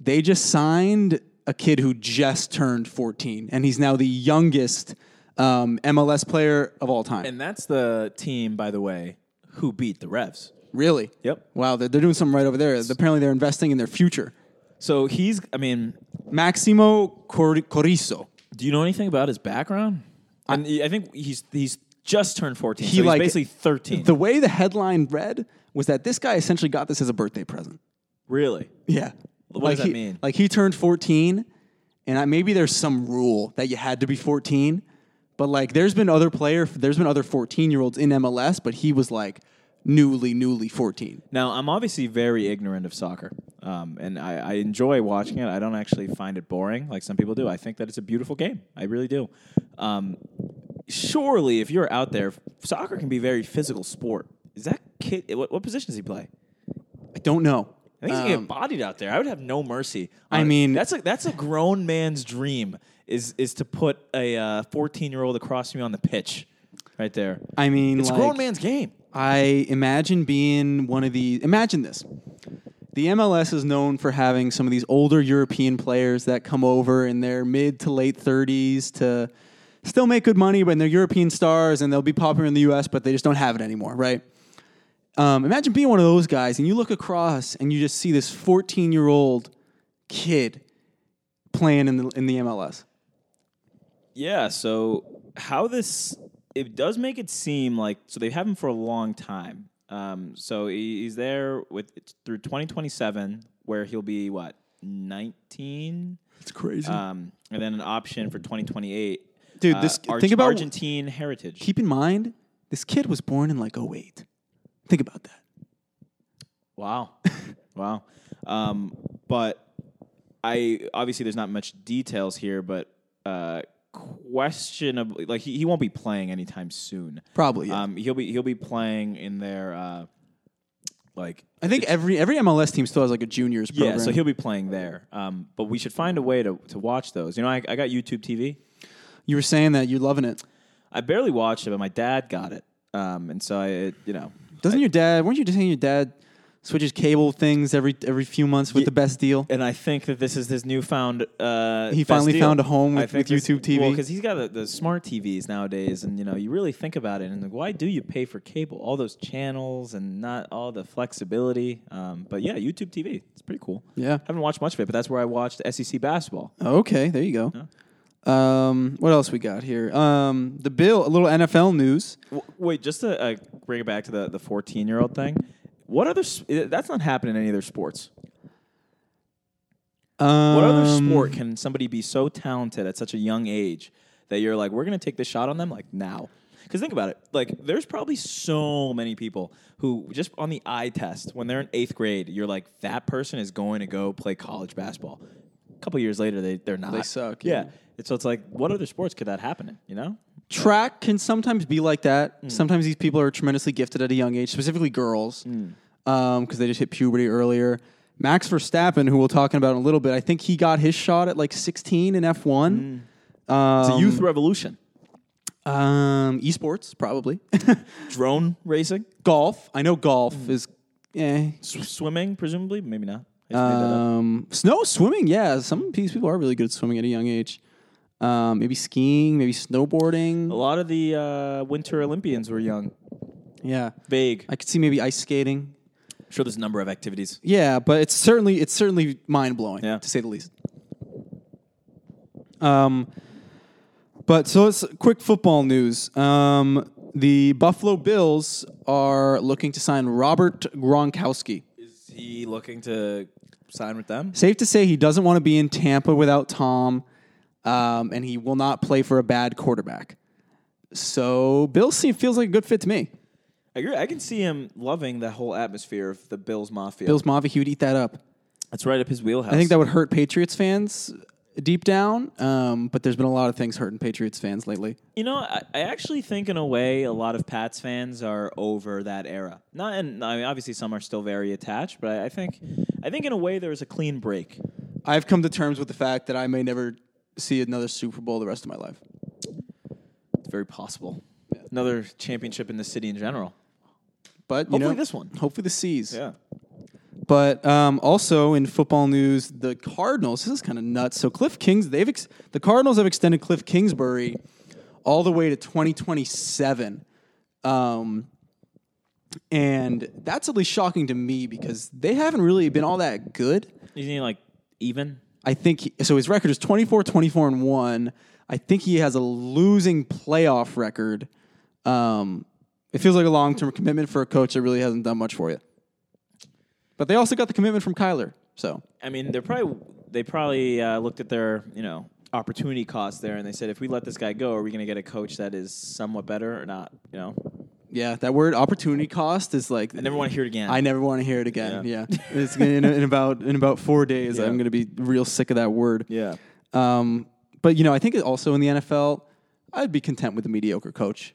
Speaker 1: they just signed a kid who just turned 14, and he's now the youngest um, MLS player of all time.
Speaker 2: And that's the team, by the way, who beat the Revs.
Speaker 1: really?
Speaker 2: Yep.
Speaker 1: Wow, they're, they're doing something right over there. Apparently, they're investing in their future.
Speaker 2: So he's I mean,
Speaker 1: Maximo Cor- Corizo.
Speaker 2: do you know anything about his background? And I, think he's he's just turned 14.
Speaker 1: He
Speaker 2: so he's
Speaker 1: like-
Speaker 2: basically 13.
Speaker 1: The way the headline read was that this guy essentially got this as a birthday present.
Speaker 2: really?
Speaker 1: Yeah.
Speaker 2: What
Speaker 1: like
Speaker 2: does that
Speaker 1: he,
Speaker 2: mean?
Speaker 1: Like he turned 14, and I, maybe there's some rule that you had to be 14, but like there's been other player, there's been other 14 year olds in MLS, but he was like newly, newly 14.
Speaker 2: Now, I'm obviously very ignorant of soccer, um, and I, I enjoy watching it. I don't actually find it boring like some people do. I think that it's a beautiful game. I really do. Um, surely, if you're out there, soccer can be a very physical sport. Is that kid? What, what position does he play?
Speaker 1: I don't know.
Speaker 2: I think he's gonna
Speaker 1: Um,
Speaker 2: get bodied out there. I would have no mercy.
Speaker 1: I
Speaker 2: on it.
Speaker 1: mean-
Speaker 2: that's a that's a grown man's dream is is to put a 14 year old across from you on the pitch, right there.
Speaker 1: I mean,
Speaker 2: it's
Speaker 1: like,
Speaker 2: a grown man's game.
Speaker 1: I imagine being one of the. Imagine this. The MLS is known for having some of these older European players that come over in their mid to late 30s to still make good money, but they're European stars and they'll be popular in the U.S., but they just don't have it anymore, right? Um, imagine being one of those guys and you look across and you just see this 14 year old kid playing in the in the MLS.
Speaker 2: Yeah, so how this it does make it seem like so they have him for a long time. Um, so he, he's there with through 2027 where he'll be what 19
Speaker 1: It's crazy.
Speaker 2: um, and then an option for 2028.
Speaker 1: Dude, this-
Speaker 2: Arg-
Speaker 1: think about-
Speaker 2: Argentine heritage.
Speaker 1: Keep in mind, this kid was born in like 08. Think about that.
Speaker 2: Wow. wow. Um, but I obviously there's not much details here, but uh, questionably, like he, he won't be playing anytime soon.
Speaker 1: Probably, yeah.
Speaker 2: Um, he'll be he'll be playing in their uh, like
Speaker 1: I think every every MLS team still has like a juniors program.
Speaker 2: yeah, so he'll be playing there. Um, but we should find a way to to watch those. You know, I, I got YouTube TV.
Speaker 1: you were saying that you're loving it.
Speaker 2: I barely watched it, but my dad got it, um, and so I it, you know.
Speaker 1: Doesn't your dad? Weren't you just saying your dad switches cable things every every few months with the best deal?
Speaker 2: and I think that this is his newfound. Uh,
Speaker 1: He
Speaker 2: best
Speaker 1: finally
Speaker 2: deal.
Speaker 1: found a home
Speaker 2: I
Speaker 1: with-
Speaker 2: think
Speaker 1: with
Speaker 2: this-
Speaker 1: YouTube TV.
Speaker 2: Well, because he's got the, the smart TVs nowadays, and you know, you really think about it, and like, why do you pay for cable? All those channels and not all the flexibility. Um, but yeah, YouTube TV, it's pretty cool.
Speaker 1: Yeah.
Speaker 2: haven't watched much of it, but that's where I watched SEC basketball.
Speaker 1: Okay, there you go. Um, what else we got here? Um, the bill, a little NFL news.
Speaker 2: W- wait, just to uh, bring it back to the the fourteen year old thing. What other? s- eh, That's not happening in any other sports.
Speaker 1: Um,
Speaker 2: What other sport can somebody be so talented at such a young age that you're like, we're gonna take the shot on them like now? Because think about it, like there's probably so many people who just on the eye test when they're in eighth grade, you're like, that person is going to go play college basketball. A couple years later, they they're not.
Speaker 1: They suck,
Speaker 2: Yeah.
Speaker 1: yeah.
Speaker 2: And so it's like, what other sports could that happen in? You know?
Speaker 1: track can sometimes be like
Speaker 2: Hmm.
Speaker 1: that. Sometimes these people are tremendously gifted at a young age, specifically girls,
Speaker 2: Hmm.
Speaker 1: because they just hit puberty earlier. Max Verstappen, who we'll talking about in a little bit, I think he got his shot at like 16 in F1. Um,
Speaker 2: Hmm. It's a youth revolution.
Speaker 1: um, esports probably,
Speaker 2: Drone racing,
Speaker 1: golf. I know golf
Speaker 2: Hmm.
Speaker 1: is, eh.
Speaker 2: sw- swimming, presumably, maybe not. I just made that up.
Speaker 1: Um, snow swimming, yeah. Some of these people are really good at swimming at a young age. Um, maybe skiing, maybe
Speaker 2: a
Speaker 1: snowboarding.
Speaker 2: lot of the uh, Winter Olympians were young.
Speaker 1: Yeah,
Speaker 2: Vague.
Speaker 1: I could see maybe ice skating.
Speaker 2: sure there's a number of activities.
Speaker 1: Yeah, but it's certainly it's certainly mind blowing
Speaker 2: Yeah.
Speaker 1: to say the least. Um, but so it's quick football news. Um, the Buffalo Bills are looking to sign Robert Gronkowski.
Speaker 2: Is he looking to sign with them?
Speaker 1: Safe to say he doesn't want to be in Tampa without Tom, um, and he will not play for a bad quarterback. So Bills seem feels like a good fit to me.
Speaker 2: I agree. I can see him loving the whole atmosphere of the Bills Mafia.
Speaker 1: Bills Mavi, he would eat that up.
Speaker 2: That's right up his wheelhouse.
Speaker 1: I think that would hurt Patriots fans deep down, um, but there's been a lot of things hurting Patriots fans lately.
Speaker 2: you know, I, I actually think in a way a lot of Pats fans are over that era. Not, and I mean, obviously some are still very attached, but I, I think, I think in a way there was a clean break.
Speaker 1: I've come to terms with the fact that I may never see another Super Bowl the rest of my life.
Speaker 2: It's very possible. Another championship in the city in general.
Speaker 1: But you
Speaker 2: Hopefully
Speaker 1: know,
Speaker 2: this one.
Speaker 1: Hopefully the C's.
Speaker 2: Yeah.
Speaker 1: But um, also in football news, the Cardinals. This is kind of nuts. So Cliff Kings, they've ex- the Cardinals have extended Cliff Kingsbury all the way to 2027, um, and that's at least shocking to me because they haven't really been all that good.
Speaker 2: Isn't he like even?
Speaker 1: I think he- so. His record is 24, 24, and one. I think he has a losing playoff record. Um, it feels like a long term commitment for a coach that really hasn't done much for you. But they also got the commitment from Kyler. So
Speaker 2: I mean, they're probably they probably uh, looked at their you know opportunity cost there, and they said, if we let this guy go, are we going to get a coach that is somewhat better or not? You know,
Speaker 1: yeah, that word opportunity cost is like
Speaker 2: I never want to hear it again.
Speaker 1: I never want to hear it again. Yeah, it's gonna, in, in about in about four days,
Speaker 2: Yeah.
Speaker 1: I'm going to be real sick of that word.
Speaker 2: Yeah,
Speaker 1: Um, but you know, I think also in the NFL, I'd be content with a mediocre coach.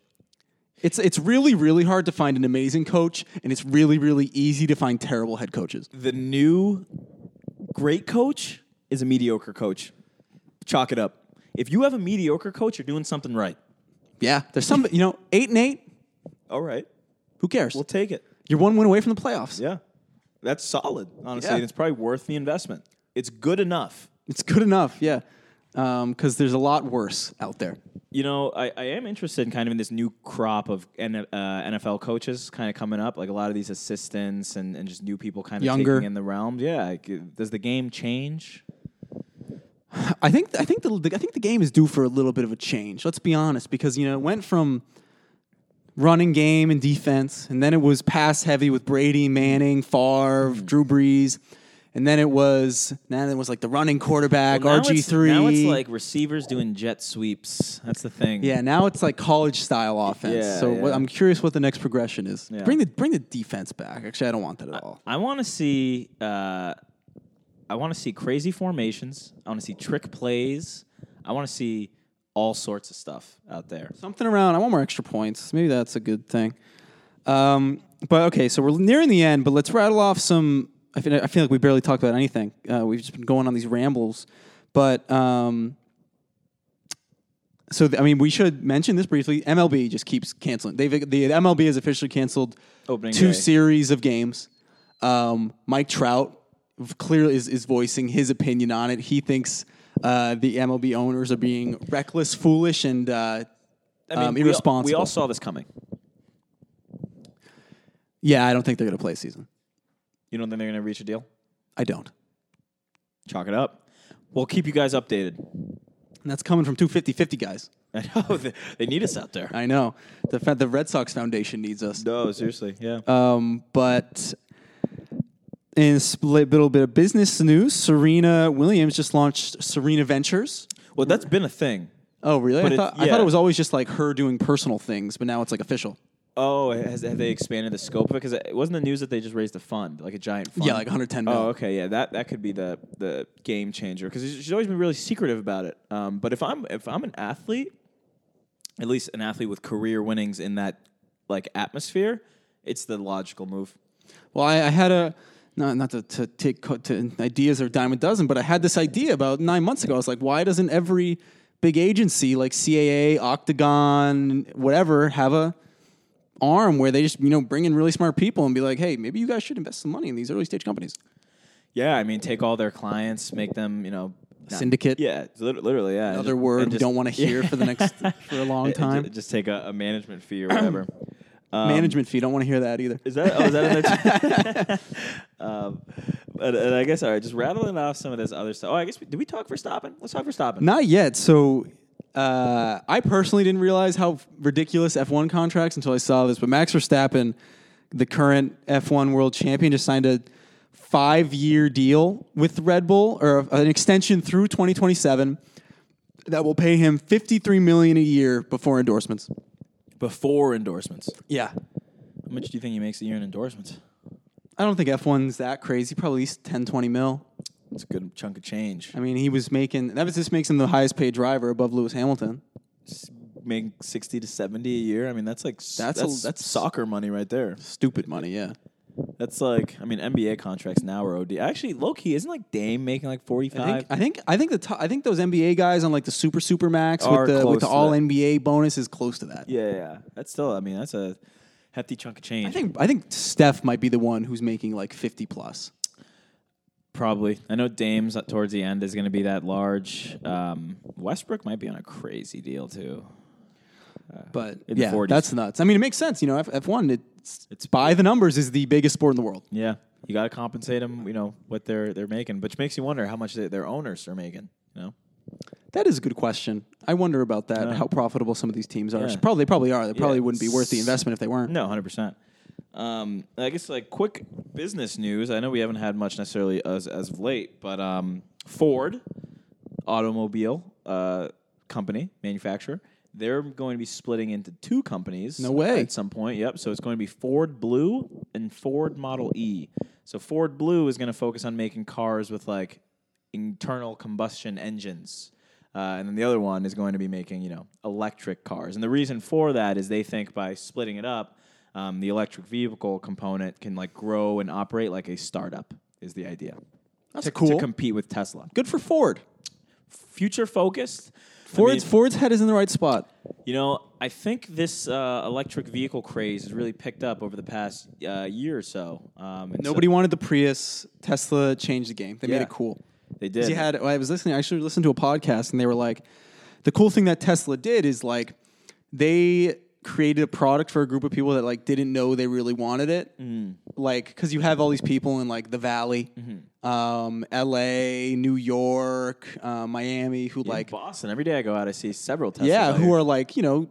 Speaker 1: It's it's really really hard to find an amazing coach, and it's really really easy to find terrible head coaches.
Speaker 2: the new great coach is a mediocre coach. Chalk it up. If you have a mediocre coach, you're doing something right.
Speaker 1: Yeah, there's some you know eight and eight.
Speaker 2: All right,
Speaker 1: Who cares?
Speaker 2: we'll take it.
Speaker 1: You're one win away from the playoffs.
Speaker 2: Yeah, that's solid. Honestly,
Speaker 1: Yeah.
Speaker 2: and it's probably worth the investment. It's good enough.
Speaker 1: It's good enough. Yeah. because there's a lot worse out there.
Speaker 2: You know, I, I am interested in kind of in this new crop of N, uh, NFL coaches kind of coming up, like a lot of these assistants and, and just new people kind of
Speaker 1: Younger.
Speaker 2: taking in the realm. Yeah, like, uh, does the game change?
Speaker 1: I think I think the, I think the game is due for a little bit of a change. Let's be honest, because you know it went from running game and defense, and then it was pass heavy with Brady, Manning, Favre,
Speaker 2: Mm-hmm.
Speaker 1: Drew Brees, and then it was now it was like the running quarterback,
Speaker 2: Well, now
Speaker 1: RG three.
Speaker 2: It's, now it's like receivers doing jet sweeps. That's the thing.
Speaker 1: yeah, now it's like college style offense.
Speaker 2: Yeah,
Speaker 1: so What,
Speaker 2: yeah.
Speaker 1: I'm curious what the next progression is.
Speaker 2: Yeah.
Speaker 1: Bring the bring the defense back. Actually, I don't want that at all.
Speaker 2: I want to see. Uh, I want to see crazy formations. I want to see trick plays. I want to see all sorts of stuff out there.
Speaker 1: Something around. I want more extra points. Maybe that's a good thing. Um, but okay, so we're nearing the end. But let's rattle off some. I feel, I feel like we barely talked about anything. Uh, we've just been going on these rambles. But um, so th- I mean, we should mention this briefly. MLB just keeps canceling. They've the MLB has officially canceled
Speaker 2: Opening
Speaker 1: two
Speaker 2: day.
Speaker 1: series of games. Um, Mike Trout clearly is, is voicing his opinion on it. He thinks uh, the MLB owners are being reckless, foolish, and uh,
Speaker 2: I mean,
Speaker 1: um,
Speaker 2: we all-
Speaker 1: irresponsible.
Speaker 2: We all saw this coming.
Speaker 1: yeah, I don't think they're going to play a season.
Speaker 2: You don't think they're going to reach a deal?
Speaker 1: I don't.
Speaker 2: Chalk it up. We'll keep you guys updated.
Speaker 1: And that's coming from two fifty fifty guys.
Speaker 2: I know they- they need us out there.
Speaker 1: I know. The, fa- the Red Sox Foundation needs us.
Speaker 2: No, seriously. Yeah.
Speaker 1: Um, but in a split little bit of business news, Serena Williams just launched Serena Ventures.
Speaker 2: well, that's been a thing.
Speaker 1: Oh, really?
Speaker 2: But
Speaker 1: I
Speaker 2: it-
Speaker 1: thought, I thought
Speaker 2: yeah.
Speaker 1: it was always just like her doing personal things, but now it's like official.
Speaker 2: Oh, has, have they expanded the scope of it? Because it wasn't the news that they just raised a fund, like a giant fund.
Speaker 1: Yeah, like 110 mil.
Speaker 2: Oh, okay, yeah, that that could be the the game changer because she's always been really secretive about it. Um, but if I'm if I'm an athlete, at least an athlete with career winnings in that like atmosphere, it's the logical move.
Speaker 1: Well, I, I had a not not to, to take co- to ideas are a dime a dozen, but I had this idea about nine months ago. I was like, why doesn't every big agency like CAA, Octagon, whatever, have a arm where they just you know bring in really smart people and be like, hey, maybe you guys should invest some money in these early stage companies.
Speaker 2: Yeah, I mean, take all their clients, make them, you know, not-
Speaker 1: Syndicate.
Speaker 2: Yeah, lit- literally, yeah.
Speaker 1: Another word we don't want to hear for the next for a long time.
Speaker 2: Just, take a, a management fee or whatever. Um,
Speaker 1: Management fee. Don't want to hear that either.
Speaker 2: Is that? Oh, is that in there? too? um, and, and I guess all right. Just rattling off some of this other stuff. Oh, I guess we, did we talk for stopping? Let's talk for stopping.
Speaker 1: Not yet. So uh, I personally didn't realize how ridiculous F1 contracts until I saw this. But Max Verstappen, the current F1 world champion, just signed a five-year deal with Red Bull, or an extension through 2027 that will pay him 53 million a year before endorsements.
Speaker 2: before endorsements.
Speaker 1: Yeah,
Speaker 2: How much do you think he makes a year in endorsements?
Speaker 1: I don't think F1's that crazy. Probably at least 10, 20 mil.
Speaker 2: It's a good chunk of change.
Speaker 1: I mean, he was making that was this makes him the highest-paid driver above Lewis Hamilton.
Speaker 2: S- Make sixty to seventy a year. I mean, that's like s-
Speaker 1: That's a-
Speaker 2: that's that's,
Speaker 1: that's-
Speaker 2: soccer money right there.
Speaker 1: Stupid money, yeah.
Speaker 2: That's like I mean NBA contracts now are OD. Actually, low key isn't like Dame making like forty
Speaker 1: I think
Speaker 2: five.
Speaker 1: I think I think the top, I think those NBA guys on like the super super max
Speaker 2: Are
Speaker 1: with the
Speaker 2: close
Speaker 1: with the
Speaker 2: to
Speaker 1: all
Speaker 2: that.
Speaker 1: NBA bonus is close to that.
Speaker 2: Yeah, yeah, yeah, that's still. I mean, that's a hefty chunk of change.
Speaker 1: I think I think Steph might be the one who's making like fifty plus.
Speaker 2: Probably. I know Dame's at- towards the end is going to be that large. Um, Westbrook might be on a crazy deal too.
Speaker 1: But
Speaker 2: In the
Speaker 1: yeah,
Speaker 2: 40s.
Speaker 1: that's nuts. I mean, it makes sense. You know, F F one it's, it's by the numbers is the biggest sport in the world.
Speaker 2: Yeah, you got to compensate them. You know what they're they're making, which makes you wonder how much they, their owners are making. You know,
Speaker 1: That is a good question. I wonder about that. How profitable some of these teams are?
Speaker 2: Yeah.
Speaker 1: Probably they probably are. They probably
Speaker 2: Yeah.
Speaker 1: wouldn't be worth the investment if they weren't.
Speaker 2: no, hundred percent. Um, I guess like quick business news. I know we haven't had much necessarily as as of late, but um, Ford automobile uh, company manufacturer. They're going to be splitting into two companies.
Speaker 1: No way.
Speaker 2: At some point, yep. So it's going to be Ford Blue and Ford Model E. So Ford Blue is going to focus on making cars with like internal combustion engines, uh, and then the other one is going to be making you know electric cars. And the reason for that is they think by splitting it up, um, the electric vehicle component can like grow and operate like a startup. Is the idea
Speaker 1: that's
Speaker 2: to, to
Speaker 1: cool.
Speaker 2: compete with Tesla?
Speaker 1: good for Ford.
Speaker 2: Future focused. I
Speaker 1: Ford's
Speaker 2: mean-
Speaker 1: Ford's head is in the right spot.
Speaker 2: you know, I think this uh, electric vehicle craze has really picked up over the past uh, year or so. Um, and so-
Speaker 1: Nobody wanted the Prius. Tesla changed the game. They made
Speaker 2: Yeah.
Speaker 1: it cool.
Speaker 2: They
Speaker 1: 'Cause
Speaker 2: did.
Speaker 1: You had I was listening. I actually listened to a podcast, and they were like, the cool thing that Tesla did is like they created a product for a group of people that like didn't know they really wanted it.
Speaker 2: Mm-hmm.
Speaker 1: Like, because you have all these people in like the Valley,
Speaker 2: Mm-hmm.
Speaker 1: um, L.A., New York, uh, Miami, who like
Speaker 2: Boston. Every day I go out, I see several Teslas.
Speaker 1: yeah,
Speaker 2: out
Speaker 1: who
Speaker 2: here.
Speaker 1: are like you know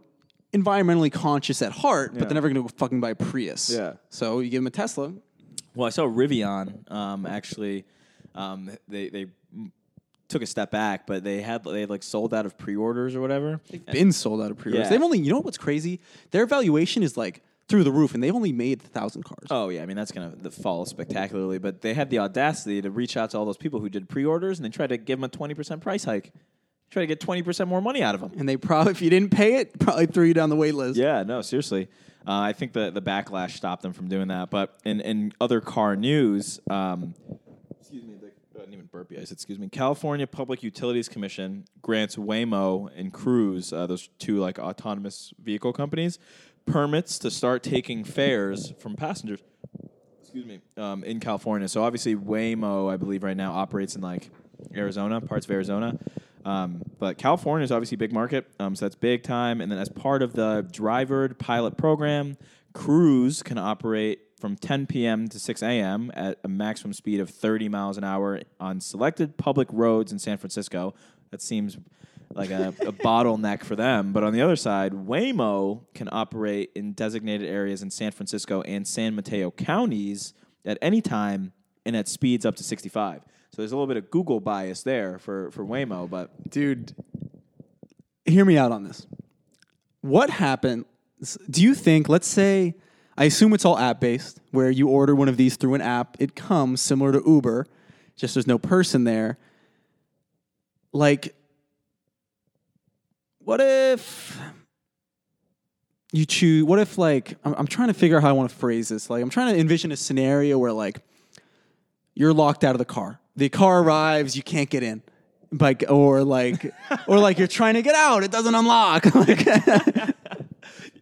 Speaker 1: environmentally conscious at heart, but they're never going to fucking buy a Prius.
Speaker 2: Yeah.
Speaker 1: So you give them a Tesla.
Speaker 2: Well, I saw Rivian um, actually. Um, they they mm, took a step back, but they had they like sold out of pre-orders or whatever.
Speaker 1: They've been sold out of pre-orders.
Speaker 2: Yeah.
Speaker 1: They've only you know what's crazy? Their valuation is like through the roof, and they've only made a thousand cars.
Speaker 2: Oh yeah, I mean that's gonna th- fall spectacularly. But they had the audacity to reach out to all those people who did pre-orders and they tried to give them a twenty percent price hike, try to get twenty percent more money out of them.
Speaker 1: And they probably if you didn't pay it, probably threw you down the wait list.
Speaker 2: Yeah, no, seriously. Uh, I think the, the backlash stopped them from doing that. But in, in other car news, um, excuse me, the, I didn't even burp you. I said, excuse me. California Public Utilities Commission grants Waymo and Cruise, uh, those two like autonomous vehicle companies, permits to start taking fares from passengers. Excuse me. Um, in California, so obviously Waymo, I believe right now operates in like Arizona, parts of Arizona. Um, but California is obviously a big market, um, so that's big time. And then as part of the driver pilot program, Cruise can operate from 10 p.m. to 6 a.m. at a maximum speed of 30 miles an hour on selected public roads in San Francisco. That seems like a, a bottleneck for them. But on the other side, Waymo can operate in designated areas in San Francisco and San Mateo counties at any time and at speeds up to 65. So there's a little bit of Google bias there for, for Waymo, but
Speaker 1: Dude, hear me out on this. What happens? Do you think, let's say, I assume it's all app based, where you order one of these through an app, it comes similar to Uber, just there's no person there. Like, what if you choose, what if, like, I'm, I'm trying to figure out how I want to phrase this. Like, I'm trying to envision a scenario where, like, you're locked out of the car. The car arrives, you can't get in. Like or like or like you're trying to get out, it doesn't unlock. Like,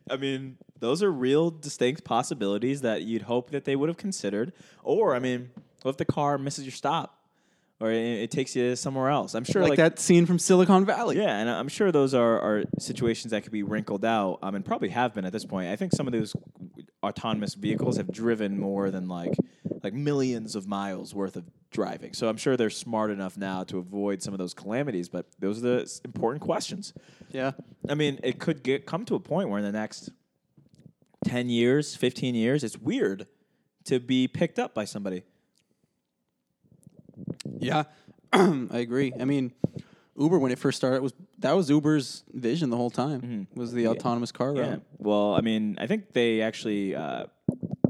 Speaker 2: I mean, those are real distinct possibilities that you'd hope that they would have considered. Or, I mean, what if the car misses your stop or it, it takes you somewhere else? I'm sure
Speaker 1: like
Speaker 2: like
Speaker 1: that scene from Silicon Valley.
Speaker 2: Yeah, and I'm sure those are, are situations that could be wrinkled out, um, and probably have been at this point. I think some of those autonomous vehicles have driven more than like like millions of miles worth of driving. So I'm sure they're smart enough now to avoid some of those calamities. But those are the s- important questions.
Speaker 1: Yeah.
Speaker 2: I mean, it could get come to a point where in the next ten years, fifteen years, it's weird to be picked up by somebody.
Speaker 1: Yeah. I agree. I mean, Uber when it first started was that was Uber's vision the whole time. Was the autonomous car
Speaker 2: Mm-hmm. Yeah.
Speaker 1: route.
Speaker 2: Well, I mean, I think they actually uh,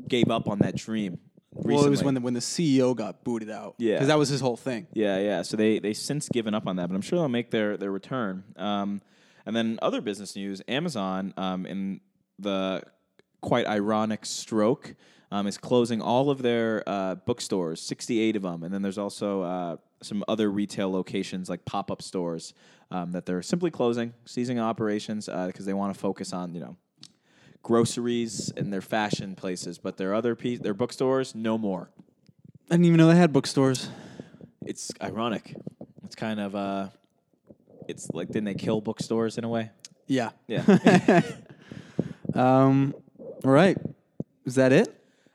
Speaker 2: gave up on that dream. Recently.
Speaker 1: Well, it was when the when the CEO got booted out.
Speaker 2: Yeah.
Speaker 1: Because that was his whole thing.
Speaker 2: Yeah, yeah. So they they since given up on that, but I'm sure they'll make their their return. Um, and then other business news: Amazon, um, in the quite ironic stroke, um, is closing all of their uh, bookstores, 68 of them, and then there's also uh, some other retail locations like pop up stores um, that they're simply closing, ceasing operations because they want to focus on you know groceries and their fashion places, but their other piece, their bookstores, no more
Speaker 1: I didn't even know they had bookstores.
Speaker 2: it's ironic. It's kind of uh it's like didn't they kill bookstores in a way?
Speaker 1: Yeah.
Speaker 2: Yeah.
Speaker 1: Um all right. Is that it?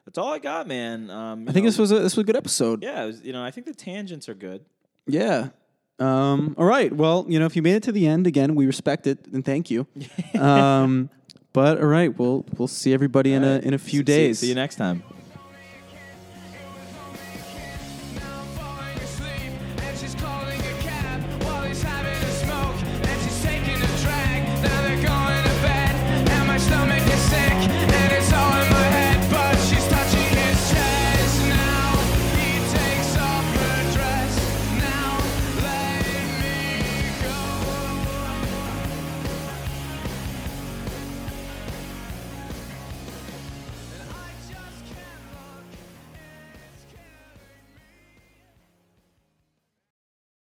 Speaker 2: That's all I got, man. Um
Speaker 1: I think this was a this was a good episode.
Speaker 2: yeah, it was, you know, I think the tangents are good.
Speaker 1: Yeah. Um, all right. Well, you know, if you made it to the end again, we respect it and thank you. um, but all right, we'll we'll see everybody in a in a few
Speaker 2: See-
Speaker 1: days.
Speaker 2: See, you next time.